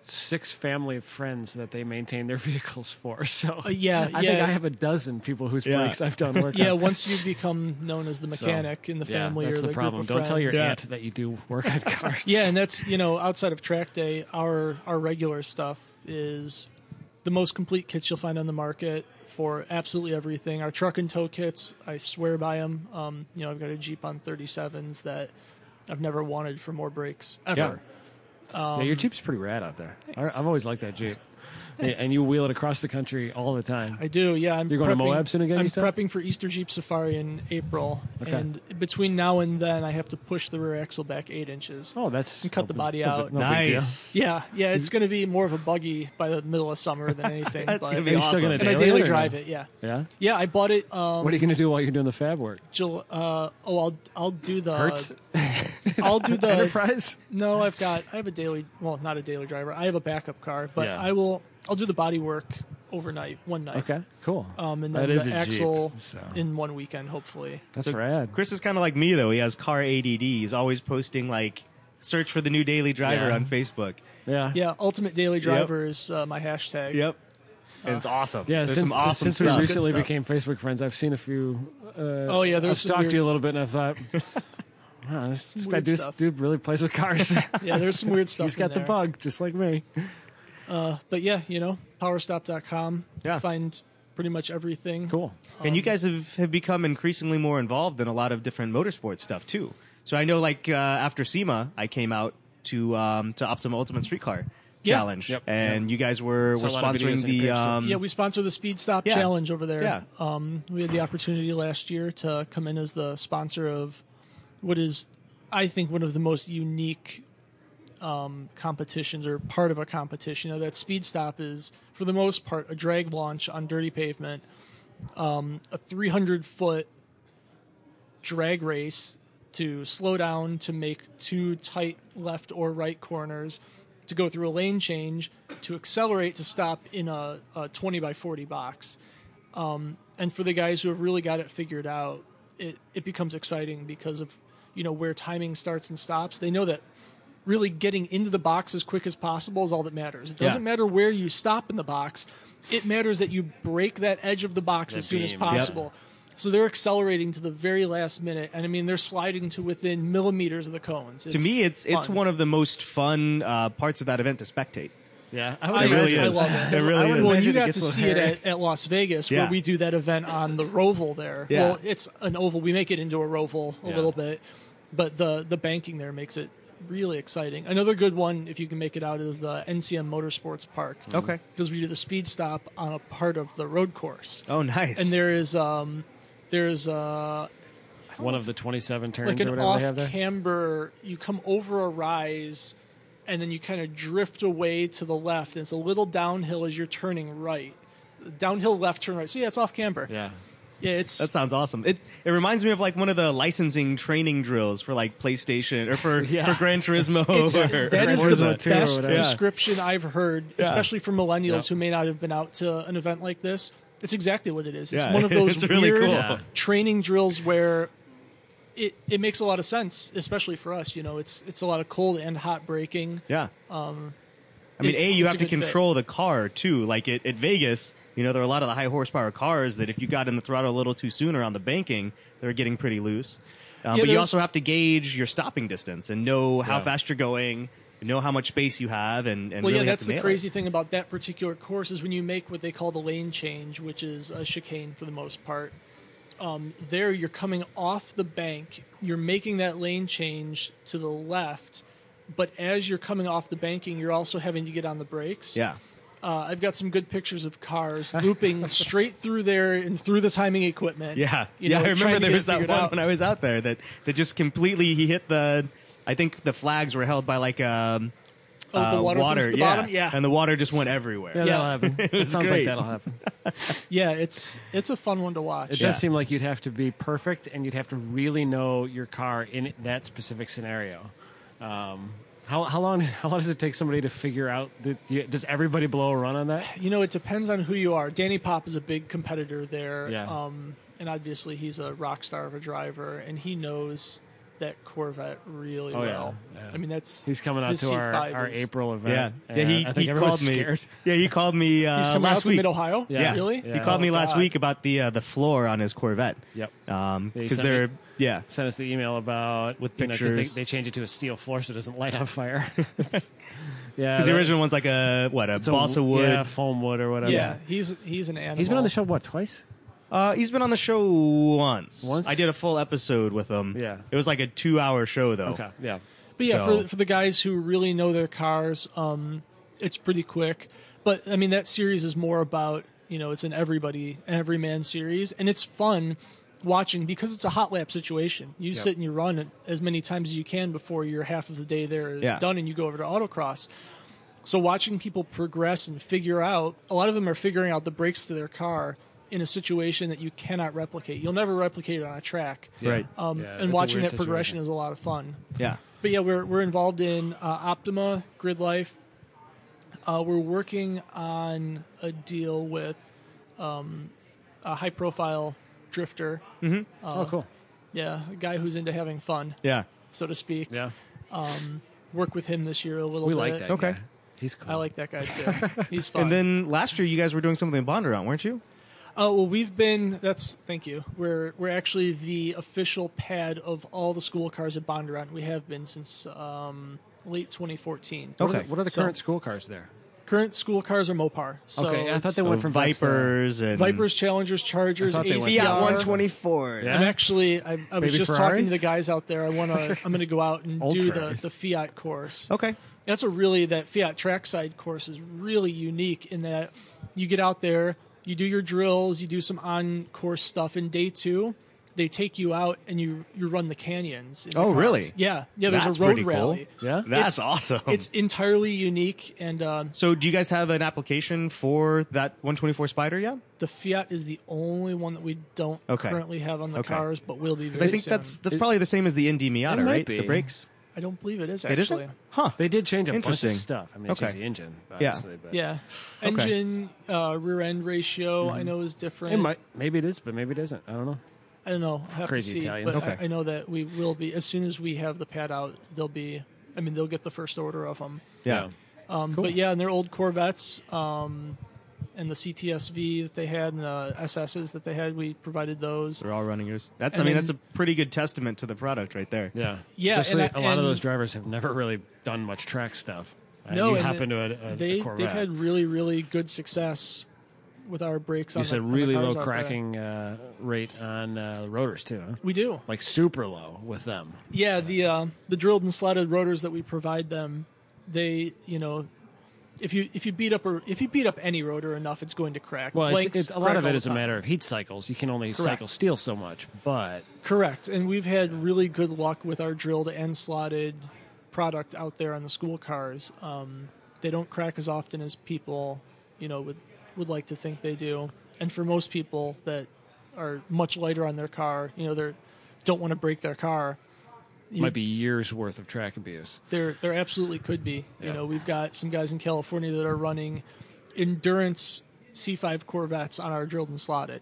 B: six family of friends that they maintain their [laughs] vehicles for. So
C: Uh, yeah,
B: I think
C: yeah.
B: I have a dozen people whose
A: Yeah.
B: brakes I've done work
C: [laughs] yeah
B: on.
C: once you become known as the
B: So,
C: mechanic in the
B: yeah,
C: family
B: that's
C: or
B: the,
C: group
B: problem.
C: of
B: Don't tell your
C: friends.
A: Yeah.
B: aunt that you do work
C: [laughs]
B: on cars.
C: Yeah, and that's you know outside of track day, our our regular stuff is the most complete kits you'll find on the market for absolutely everything. Our truck and tow kits, I swear by them. Um, you know, I've got a Jeep on 37s that I've never wanted for more brakes ever.
B: yeah, your Jeep's pretty rad out there. I,
C: Um, Thanks.
B: I've always liked that Jeep. Yeah,
C: Thanks.
B: and you wheel it across the country all the time.
C: I do, yeah. I'm
B: You're going to
C: prepping-
B: Moab soon again,
C: I'm
B: you said?
C: prepping for Easter Jeep Safari in April,
B: Okay.
C: and between now and then, I have to push the rear axle back eight inches.
B: Oh, Mm-hmm. that's
C: And cut the body
B: no big-
C: out.
B: no big deal.
A: nice.
C: Yeah, yeah. It's going to be more of a buggy by the middle of summer
B: [laughs]
C: than anything.
A: That's
C: but,
A: gonna be
B: Are you
A: awesome.
B: still going to
C: and
B: daily,
C: I daily
B: it or no?
C: drive it. Yeah.
B: Yeah.
C: Yeah, I bought it. Um,
B: What are you going to do while you're doing the fab work?
C: Jul- uh, oh, I'll I'll do the
B: Hertz [laughs]
C: I'll do the
B: Enterprise.
C: no. I've got I have a daily well not a daily driver. I have a backup car, but
B: Yeah.
C: I will I'll do the body work overnight one night.
B: [laughs] Okay, cool.
C: Um, and
B: That
C: then
B: is
C: the
B: a Jeep,
C: axle
B: so.
C: in one weekend, hopefully.
B: That's rad.
A: Chris is kind of like me though. He has car ADD. He's always posting like search for the new daily driver
B: Yeah.
A: on Facebook.
B: Yeah.
C: Yeah, ultimate daily driver is uh, my hashtag.
A: Yep. And it's awesome.
B: Yeah,
A: There's
B: since,
A: some awesome
B: since
A: stuff.
B: we recently
A: Good stuff.
B: became Facebook friends, I've seen a few. Uh, oh
C: yeah, there
B: I've
C: was some
B: stalked
C: weird-
B: you a little bit, and I thought,
C: [laughs]
B: wow, this, this
C: weird
B: dude,
C: stuff.
B: dude really plays with cars.
C: Yeah, there's some weird
B: [laughs]
C: stuff.
B: He's got
C: in
B: the
C: there.
B: bug, just like me.
C: But yeah, you know, powerstop.com.
A: Yeah.
C: Find pretty much everything.
B: Cool.
A: and
C: Um,
A: you guys have, have become increasingly more involved in a lot of different motorsports stuff too. So I know, like uh, after SEMA, I came out to um, to Optima Ultimate Streetcar
C: Yeah.
A: Challenge,
B: Yep.
A: and you guys were
B: Saw
A: were
B: a lot of videos
A: sponsoring
B: and
A: the
B: pictures.
A: um,
C: Yeah, we sponsor the Speed Stop
A: Yeah.
C: Challenge over there.
A: Yeah.
C: Um, we had the opportunity last year to come in as the sponsor of what is, I think, one of the most unique um, competitions or part of a competition. You know, that Speed Stop is, for the most part, a drag launch on dirty pavement, um, a 300 foot drag race to slow down to make two tight left or right corners to go through a lane change to accelerate to stop in a, a 20 by 40 box um, and for the guys who have really got it figured out it, it becomes exciting because of you know where timing starts and stops they know that really getting into the box as quick as possible is all that matters. It doesn't
A: Yeah.
C: matter where you stop in the box. It matters that you break that edge of the box
B: That
C: as soon as
B: beam,
C: possible. So they're accelerating to the very last minute, and I mean they're sliding to within millimeters of the cones.
A: to me, it's it's
C: fun.
A: one of the most fun uh, parts of that event to spectate.
B: Yeah,
C: I,
A: It really
C: I
A: is.
C: love it.
A: It really
C: I would-
A: is.
C: Well,
A: Imagine
C: you
A: it
C: got
A: gets
C: to
A: a
C: see
A: little
C: it
A: hairy.
C: at, at Las Vegas where
A: Yeah.
C: we do that event on the Roval there.
A: Yeah.
C: Well, it's an oval. We make it into a Roval a
B: Yeah.
C: little bit, but the the banking there makes it really exciting. Another good one, if you can make it out, is the NCM Motorsports Park.
A: Mm-hmm. Okay.
C: Because we do the speed stop on a part of the road course,
A: Oh, nice.
C: and there is um there is uh
B: one of the twenty-seven turns
C: like
B: or
C: an
B: whatever they have
C: off
B: there.
C: camber. You come over a rise, and then you kind of drift away to the left. And it's a little downhill as you're turning right. Downhill left, turn right. So yeah, it's off camber. Yeah,
B: yeah,
C: it's
A: That sounds awesome. It it reminds me of like one of the licensing training drills for like PlayStation or
C: [laughs]
A: for
B: Yeah.
A: for Gran Turismo.
C: it's
A: or,
C: that
A: or
C: is
A: Forza.
C: the
B: Forza 2 or
C: best
B: whatever.
C: description I've heard, especially for millennials
B: Yep.
C: who may not have been out to an event like this. It's exactly what it is.
A: [laughs]
C: It's
A: Yeah,
B: [laughs]
C: one of those
A: it's really
C: weird
A: cool.
B: Yeah.
C: training drills where it, it makes a lot of sense, especially for us. You know, it's it's a lot of cold and hot braking.
A: Yeah. Um, I mean,
C: it-
A: a you
C: it's
A: have
C: a
A: to
C: good fit.
A: control the car too. Like at, at Vegas, you know, there are a lot of the high horsepower cars that if you got in the throttle a little too soon or on the banking, they're getting pretty loose. Um, but
C: Yeah,
A: you
C: there's-
A: also have to gauge your stopping distance and know how
B: Yeah.
A: fast you're going, know how much space you have, and, and
C: Well,
A: really
C: yeah,
A: have
C: that's
A: to
C: the
A: nail it.
C: crazy thing about that particular course is when you make what they call the lane change, which is a chicane for the most part. Um, there, you're coming off the bank. You're making that lane change to the left, but as you're coming off the banking, you're also having to get on the brakes.
A: Yeah.
C: Uh, I've got some good pictures
A: [laughs]
C: of cars looping straight through there and through the timing equipment.
A: Yeah,
C: You
A: yeah. I
C: know, trying
A: remember
C: to
A: there
C: get
A: was
C: it
A: that
C: figured
A: one
C: out.
A: when I was out there that that just completely he hit the. I think the flags were held by like um,
C: Oh, the
A: uh,
C: water, comes to the
A: yeah.
C: bottom. Yeah,
A: and the water just went everywhere.
B: yeah, that'll happen. it
A: was
B: sounds
A: great.
B: like that'll happen.
C: yeah. It's it's a fun one to watch.
B: It
A: Yeah.
B: does seem like you'd have to be perfect, and you'd have to really know your car in that specific scenario. Um, how how long [laughs] how long does it take somebody to figure out? that you- does everybody blow a run on that?
C: You know, it depends on who you are. Danny Pop is a big competitor there.
B: Yeah.
C: Um, and obviously, he's a rock star of a driver, and he knows that Corvette really
B: Oh, yeah,
C: well.
B: yeah.
C: I mean, that's
B: He's coming out
C: his
B: to our,
C: C5
B: our
C: is-
B: April
A: Yeah,
B: event.
A: yeah.
B: and
A: He,
B: I think
A: he
B: everyone's
A: called me.
B: scared.
A: [laughs] Yeah, he called me uh,
C: He's coming out
A: last
C: to
A: week.
C: Mid Ohio.
B: Yeah.
A: Yeah,
C: really.
A: He
B: Yeah.
A: called me
C: Oh,
A: last
C: God.
A: week about the uh, the floor on his Corvette.
B: Yep.
A: Um,
B: They
A: because
B: sent me-
A: they're yeah.
B: Sent us the email about
A: With
B: you know, 'cause
A: pictures.
B: they, they change it to a steel floor so it doesn't light
A: [laughs]
B: on fire. [laughs] yeah,
A: Because the
B: that-
A: original one's like a what a
B: it's a-
A: balsa wood.
B: yeah, foam wood or whatever.
C: Yeah, he's he's an animal.
B: he's been on the show what twice?
A: Uh, he's been on the show once.
B: Once?
A: I did a full episode with him.
B: Yeah.
A: it was like a two hour show though.
B: Okay, yeah.
C: But yeah,
A: So-
C: for for the guys who really know their cars, um, it's pretty quick. But I mean, that series is more about you know it's an everybody everyman series, and it's fun watching because it's a hot lap situation. You sit and you run it as many times as you can before your half of the day there is
A: Yeah.
C: done, and you go over to autocross. So watching people progress and figure out, a lot of them are figuring out the brakes to their car in a situation that you cannot replicate. You'll never replicate it on a track.
A: Right.
C: Um,
B: Yeah, it's
C: and
B: a
C: watching
B: weird
C: that progression
B: situation.
C: is a lot of fun.
A: Yeah.
C: But yeah, we're we're involved in uh, Optima Grid Life. Uh, we're working on a deal with um, a high profile drifter. Uh,
B: oh, cool.
C: Yeah, a guy who's into having fun,
A: Yeah.
C: so to speak.
B: Yeah,
C: Work with him this year a little
B: we
C: bit.
B: like that.
A: Okay.
B: guy. he's cool.
C: I like that guy
B: [laughs]
C: too. He's fun.
A: And then last year you guys were doing something in Bondurant, weren't you?
C: Oh well, we've been. That's thank you. We're we're actually the official pad of all the school cars at Bondurant. We have been since um, late 2014.
B: What are
A: Okay.
B: the, what are the
C: So-
B: current school cars there?
C: Current school cars are Mopar. So
B: okay, I
C: it's-
B: thought they went
A: So
B: from Vets to-
A: Vipers and
C: Vipers, Mm-hmm. Challengers, Chargers,
B: I thought they went
C: ACR.
B: Fiat
D: four.
B: Yeah.
C: I'm actually, I, I was
B: Baby
C: just talking
B: Ferraris?
C: to the guys out there. I want
A: [laughs]
C: to, I'm going to go out and
B: Old
C: do the,
B: Ferraris.
C: the Fiat course.
A: Okay.
C: That's a really, that Fiat trackside course is really unique in that you get out there, you do your drills, you do some on course stuff. In day two, they take you out and you, you run the canyons. in the
A: Oh,
C: cars.
A: really?
C: Yeah. Yeah, there's
A: That's
C: a road
A: pretty cool.
C: rally.
B: Yeah?
A: That's
C: It's-
A: awesome.
C: It's entirely unique, and um,
A: so, do you guys have an application for that 124 Spider yet?
C: the Fiat is the only one that we don't
A: Okay.
C: currently have on the
A: Okay.
C: cars, but will be very
A: Because I think
C: soon.
A: that's that's probably the same as the Indy Miata,
B: It might
A: right?
B: be.
A: The brakes.
C: I don't believe it is
A: It
C: actually.
A: isn't. Huh.
B: They did change a bunch
A: Interesting.
B: of stuff. I mean, they
A: Okay.
B: changed the engine,
A: Yeah.
B: obviously. But
C: Yeah,
A: Okay.
C: engine uh, rear end ratio I know is different.
B: Mm-hmm. It might, maybe it is, but maybe it isn't. I don't know.
C: I don't know. I have
B: Crazy
C: to see,
B: Italians.
C: but I-
A: Okay.
C: I, know that we will be as soon as we have the pad out. There'll be I mean, they'll get the first order of them.
A: Yeah.
C: Um, But yeah, and their old Corvettes um, and the CTSV that they had and the SSs that they had, we provided those.
A: They're all running yours. That's, I
C: And
A: mean,
C: then-
A: that's a pretty good testament to the product right there.
B: Yeah.
C: Yeah, and
B: Especially
C: I-
B: a lot of
C: and-
B: those drivers have never really done much track stuff. Uh,
C: No,
B: you
C: and
B: hop
C: the-
B: into a, a,
C: They
B: a
C: they've
B: Corvette.
C: had really really good success with our brakes.
B: you
C: on the,
B: said
C: on the
B: really
C: cars
B: low
C: out there.
B: cracking uh, rate on uh, rotors too, huh?
C: We do.
B: like super low with them.
C: Yeah, the uh, the drilled and slotted rotors that we provide them, they you know, if you if you beat up or if you beat up any rotor enough, it's going to crack.
B: Well, it's,
C: Blanks
B: it's, a
C: crack
B: lot of
C: all
B: it
C: the
B: is a
C: time.
B: matter of heat cycles. You can only cycle steel so much, but
C: Correct, and we've had really good luck with our drilled and slotted product out there on the school cars. Um, they don't crack as often as people, you know, would would like to think they do. And for most people that are much lighter on their car, you know, they don't want to break their car.
B: it might be years worth of track abuse.
C: There, there absolutely could be. You
B: Yeah.
C: know, we've got some guys in California that are running endurance C5 Corvettes on our drilled and slotted.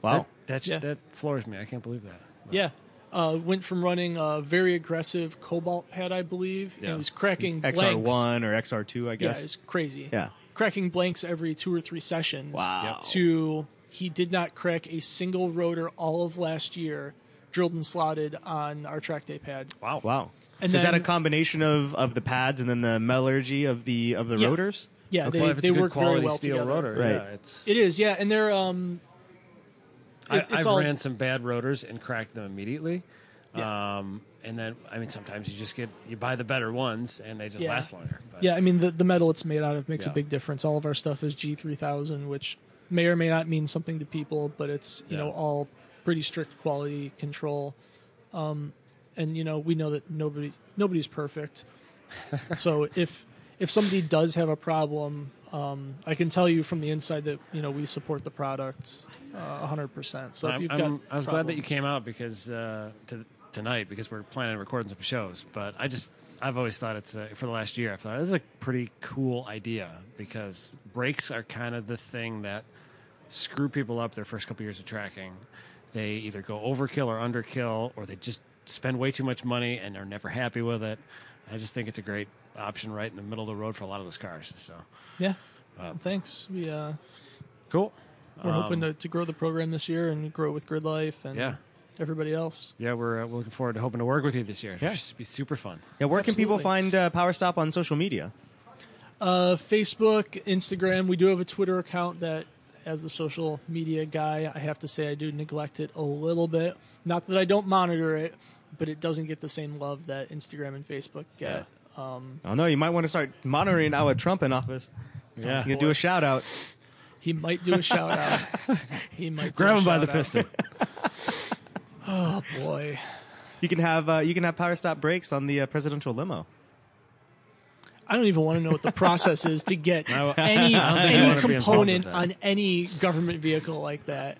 A: Wow.
B: That, that's,
C: Yeah.
B: that floors me. I can't believe that.
C: Yeah. Uh, went from running a very aggressive cobalt pad, I believe, and
B: Yeah.
C: it was cracking blanks.
A: XR1 or XR2, I
C: Yeah,
A: guess.
C: it's crazy.
A: Yeah.
C: Cracking blanks every two or three sessions.
A: Wow. Yep.
C: To he did not crack a single rotor all of last year, drilled and slotted on our track day pad.
B: Wow.
A: Wow.
C: And
A: is that a
C: then-
A: combination of, of the pads and then the metallurgy of the of the
C: Yeah.
A: rotors?
C: Yeah,
B: Okay.
C: they,
B: well, if it's
C: they
B: a good
C: work
B: quality
C: very well
B: steel
C: together.
B: rotor,
A: Right.
B: yeah, it's.
C: It is, yeah, and they're um,
B: I,
C: it- it's
B: I've
C: all-
B: ran some bad rotors and cracked them immediately.
C: Yeah.
B: Um, and then, I mean, sometimes you just get you buy the better ones and they just
C: Yeah.
B: last longer. But
C: Yeah, I mean the the metal it's made out of makes a
B: Yeah.
C: big difference. All of our stuff is G three thousand, which may or may not mean something to people, but it's you
B: Yeah.
C: know all pretty strict quality control. Um, and you know we know that nobody
B: [laughs]
C: nobody's perfect. so if if somebody does have a problem, um, I can tell you from the inside that you know we support the product uh, a hundred percent. So if
B: I'm,
C: you've
B: I'm-
C: got
B: I was glad that you
C: problems-
B: came out because uh, to, tonight because we're planning on recording some shows. But I just I've always thought it's a, for the last year. I thought this is a pretty cool idea because brakes are kind of the thing that screw people up their first couple years of tracking. They either go overkill or underkill, or they just spend way too much money and are never happy with it. I just think it's a great option right in the middle of the road for a lot of those cars. So
C: yeah. Thanks. We uh,
B: cool.
C: we're hoping to, to grow the program this year and grow with Grid Life and
B: Um, Yeah.
C: everybody else.
B: Yeah, we're, uh, we're looking forward to hoping to work with you this year.
A: Yeah.
B: It should be super fun.
A: Yeah, where can people
C: Absolutely.
A: find uh, Power Stop on social media?
C: Uh, Facebook, Instagram. We do have a Twitter account that, as the social media guy, I have to say I do neglect it a little bit. Not that I don't monitor it, but it doesn't get the same love that Instagram and Facebook get.
A: I don't know. You might want to start monitoring our Trump in office.
B: Yeah.
A: You can do a shout out.
C: He
B: [laughs]
C: might do a shout out. He might do
B: Grab
C: a
B: him by the
C: shout-out. [laughs]
B: piston.
C: Oh boy,
A: You can have uh, you can have Power Stop brakes on the uh, presidential limo.
C: I don't even want to know what the process is
B: [laughs]
C: to get any
B: think I
C: any
B: wanna be involved with
C: component
B: that. Uh,
C: on any government vehicle like that.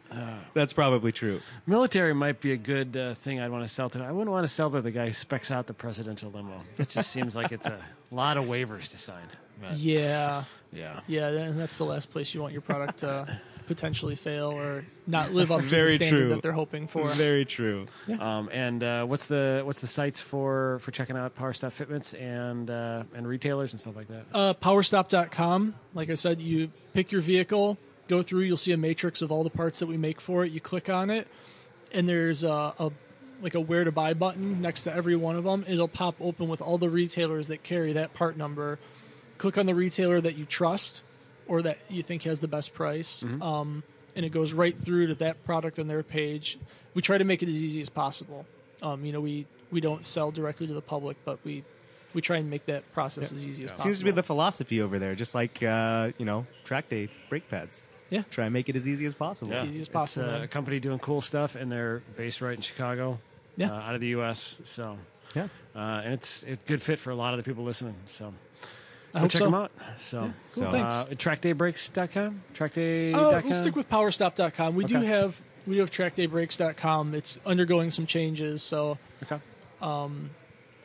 A: That's probably true.
B: Military might be a good uh, thing I'd want to sell to. I wouldn't want to sell to the guy who specs out the presidential limo. It just seems like [laughs] it's a lot of waivers to sign. But,
C: Yeah.
B: yeah.
C: Yeah, and that's the last place you want your product to potentially fail or not live up to
A: Very
C: the standard
A: true.
C: that they're hoping for.
A: Very true.
B: Um, and uh, what's the what's the sites for for checking out Power Stuff Fitments and uh, and retailers and stuff like that?
C: Uh, powerstop.com, like I said, you pick your vehicle, go through, you'll see a matrix of all the parts that we make for it. You click on it, and there's a, a like a where to buy button next to every one of them. It'll pop open with all the retailers that carry that part number. Click on the retailer that you trust or that you think has the best price. Um, and it goes right through to that product on their page. We try to make it as easy as possible. Um, you know, we, we don't sell directly to the public, but we we try and make that process as easy as possible.
A: Seems to be the philosophy over there, just like uh, you know, track day brake pads.
C: Yeah.
A: Try and make it as easy as possible.
C: Yeah. easy as possible,
B: It's uh,
C: man.
B: a company doing cool stuff, and they're based right in Chicago,
C: Yeah.
B: uh, out of the U.S. So,
A: Yeah.
B: uh, and it's a good fit for a lot of the people listening. So,
C: I
B: go
C: hope
B: check
C: so.
B: them out. So,
C: Cool,
A: So,
C: thanks.
B: uh, trackdaybreaks.com, trackday.com.
C: Uh, we'll stick with powerstop.com. We do
B: Okay.
C: have we do have trackdaybreaks.com. It's undergoing some changes, so
B: Okay.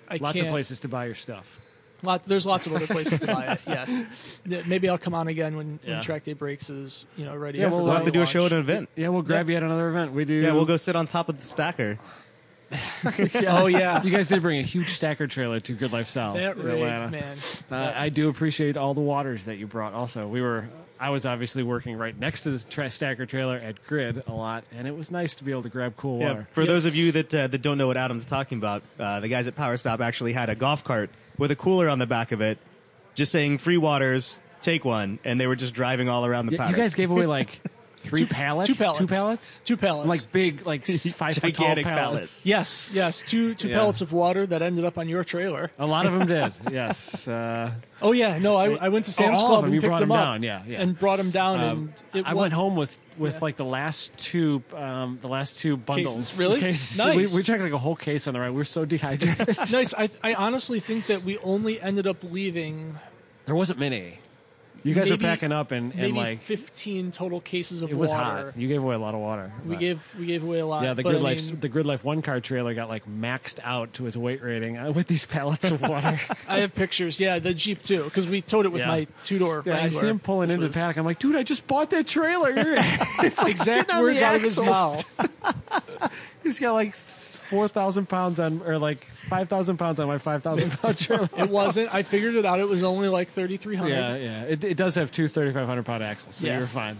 C: I
B: Lots
C: can't,
B: of places to buy your stuff.
C: Lot, there's lots of other places to buy it.
B: [laughs]
C: Yes, Th- maybe I'll come on again when,
B: Yeah.
C: when Track Day Breaks is you know ready.
B: Yeah,
C: for
A: uh,
B: we'll
C: the
A: We'll have to do a show at
C: launch.
A: an event.
B: Yeah, we'll grab you at another event. We do.
A: Yeah, we'll go sit on top of the stacker.
B: [laughs] oh yeah, you guys did bring a huge stacker trailer to Good Life South.
C: That
B: in
C: rigged,
B: Atlanta.
C: man.
B: Uh, I do appreciate all the waters that you brought. Also, we were I was obviously working right next to the tra- stacker trailer at Grid a lot, and it was nice to be able to grab cool
A: Yeah,
B: water.
A: for those of you that uh, that don't know what Adam's talking about, uh, the guys at Power Stop actually had a golf cart with a cooler on the back of it, just saying "free waters, take one," and they were just driving all around the
B: Y-
A: powder.
B: you guys gave away
C: [laughs]
B: like three pallets,
C: two pallets.
B: two pallets,
C: Two pallets.
B: like big, like
C: [laughs]
B: s- five foot tall
A: Gigantic
B: pallets.
A: pallets.
C: yes, yes, two two
B: Yeah.
C: pellets of water that ended up on your trailer.
B: A lot of them
C: [laughs]
B: did. Yes. Uh,
C: Oh yeah, no, I, I went to Sam's
B: all of
C: Club
B: them.
C: and
B: You
C: picked
B: brought
C: them
B: them
C: up
B: down, yeah, yeah.
C: and brought them down,
B: um,
C: and it
B: I
C: wa-
B: went home with with like the last two, um, the last two bundles.
C: Cases,
B: [laughs]
C: really?
B: Cases. So
C: Nice.
B: We, we checked like a whole case on the right. We were so
C: [laughs]
B: dehydrated.
C: It's nice. I I honestly think that we only ended up leaving
B: there wasn't many. You guys
C: Maybe-
B: were packing up and, and
C: maybe
B: like
C: 15 total cases of
B: it was
C: water.
B: hot. You gave away a lot of water.
C: We
B: but-
C: gave we gave away a lot.
B: Yeah, the
C: but
B: grid
C: I
B: life [laughs]
C: mean,
B: the grid life one car trailer got like maxed out to its weight rating uh, with these pallets of
C: [laughs]
B: water.
C: I have pictures. Yeah, the Jeep too, because we towed it with
B: Yeah.
C: my two door.
B: Yeah, I see him pulling into the paddock. I'm like, dude, I just bought that trailer. [laughs] it's like
C: Exact
B: sitting on
C: words
B: the
C: out of his
B: axles. [laughs]
C: mouth.
B: He's got like four thousand pounds on, or like five thousand pounds on my five [laughs] thousand pound trailer.
C: It wasn't. I figured it out. It was only like 3,300.
B: yeah, yeah. It, it does have two 3,500 pound axles, so
C: Yeah.
B: you're fine.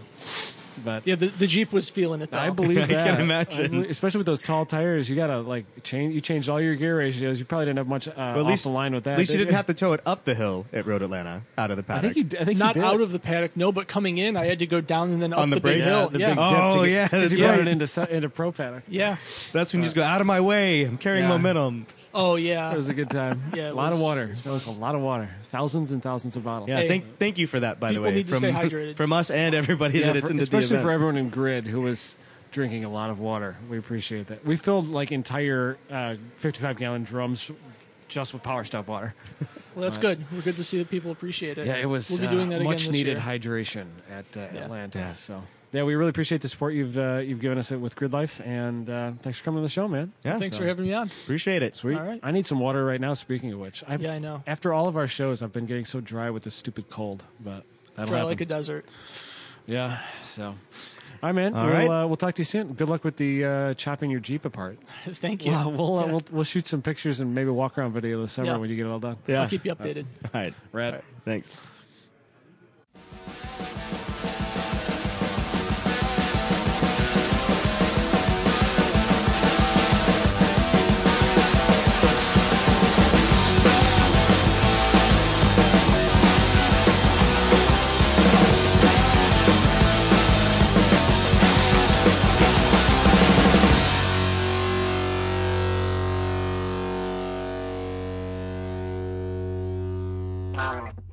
B: But
C: Yeah, the, the Jeep was feeling it though.
B: I believe
A: I
B: that.
A: can imagine.
B: believe- especially with those tall tires, you gotta like change. You changed all your gear ratios. You probably didn't have much uh,
A: Well,
B: off the line with that.
A: At least you
B: did
A: didn't have to tow it up the hill at Road Atlanta out of the
B: I
A: paddock.
B: think you. d- I think
C: Not
B: you did.
C: out of the paddock, no, but coming in, I had to go down and then up
A: On the
C: big
A: brakes?
B: yeah,
C: hill.
B: the
C: yeah.
B: big
A: Oh,
B: dip. to
A: yeah,
B: get, 'cause
A: that's
B: you brought
A: right.
B: it into se- into pro paddock.
C: yeah.
A: That's when you just go out of my way. I'm carrying
B: Uh, Yeah.
A: momentum.
C: Oh yeah.
B: It was a good time.
C: Yeah, it
B: a lot
C: was-
B: of water. That was a lot of water. Thousands and thousands of bottles.
A: Yeah,
C: Hey,
A: thank thank you for that. By the
C: people
A: way,
C: need to
A: from [laughs]
C: stay hydrated.
A: from us and everybody
B: Yeah,
A: that
B: for-
A: attended the
B: especially
A: event.
B: for everyone in grid who was drinking a lot of water. We appreciate that. We filled like entire uh, 55 gallon drums just with power stop water.
C: well, that's good. We're good to see that people appreciate it.
B: Yeah, it was
C: We'll be doing
B: uh,
C: that
B: much
C: again this
B: needed
C: year.
B: hydration at uh, Atlanta. So yeah, we really appreciate the support you've uh, you've given us with Grid Life, and uh, thanks for coming on the show, man.
A: Yeah,
C: Thanks
A: so
C: for having me on.
A: Appreciate it.
B: Sweet.
C: All right.
B: I need some water right now. Speaking of which, I've,
C: Yeah, I know.
B: After all of our shows, I've been getting so dry with this stupid cold, but that'll
C: Dry
B: happen.
C: like a desert. [laughs]
B: Yeah. So, all right, man.
A: All
B: we'll,
A: right.
B: Uh, we'll talk to you soon. Good luck with the uh, chopping your Jeep apart.
C: Thank you.
B: We'll, we'll, uh,
C: Yeah.
B: we'll we'll shoot some pictures and maybe walk around video this summer
C: Yeah.
B: when you get it all done.
A: Yeah.
C: I'll keep you updated.
A: All right.
B: Right.
A: Thanks.
D: Thank you.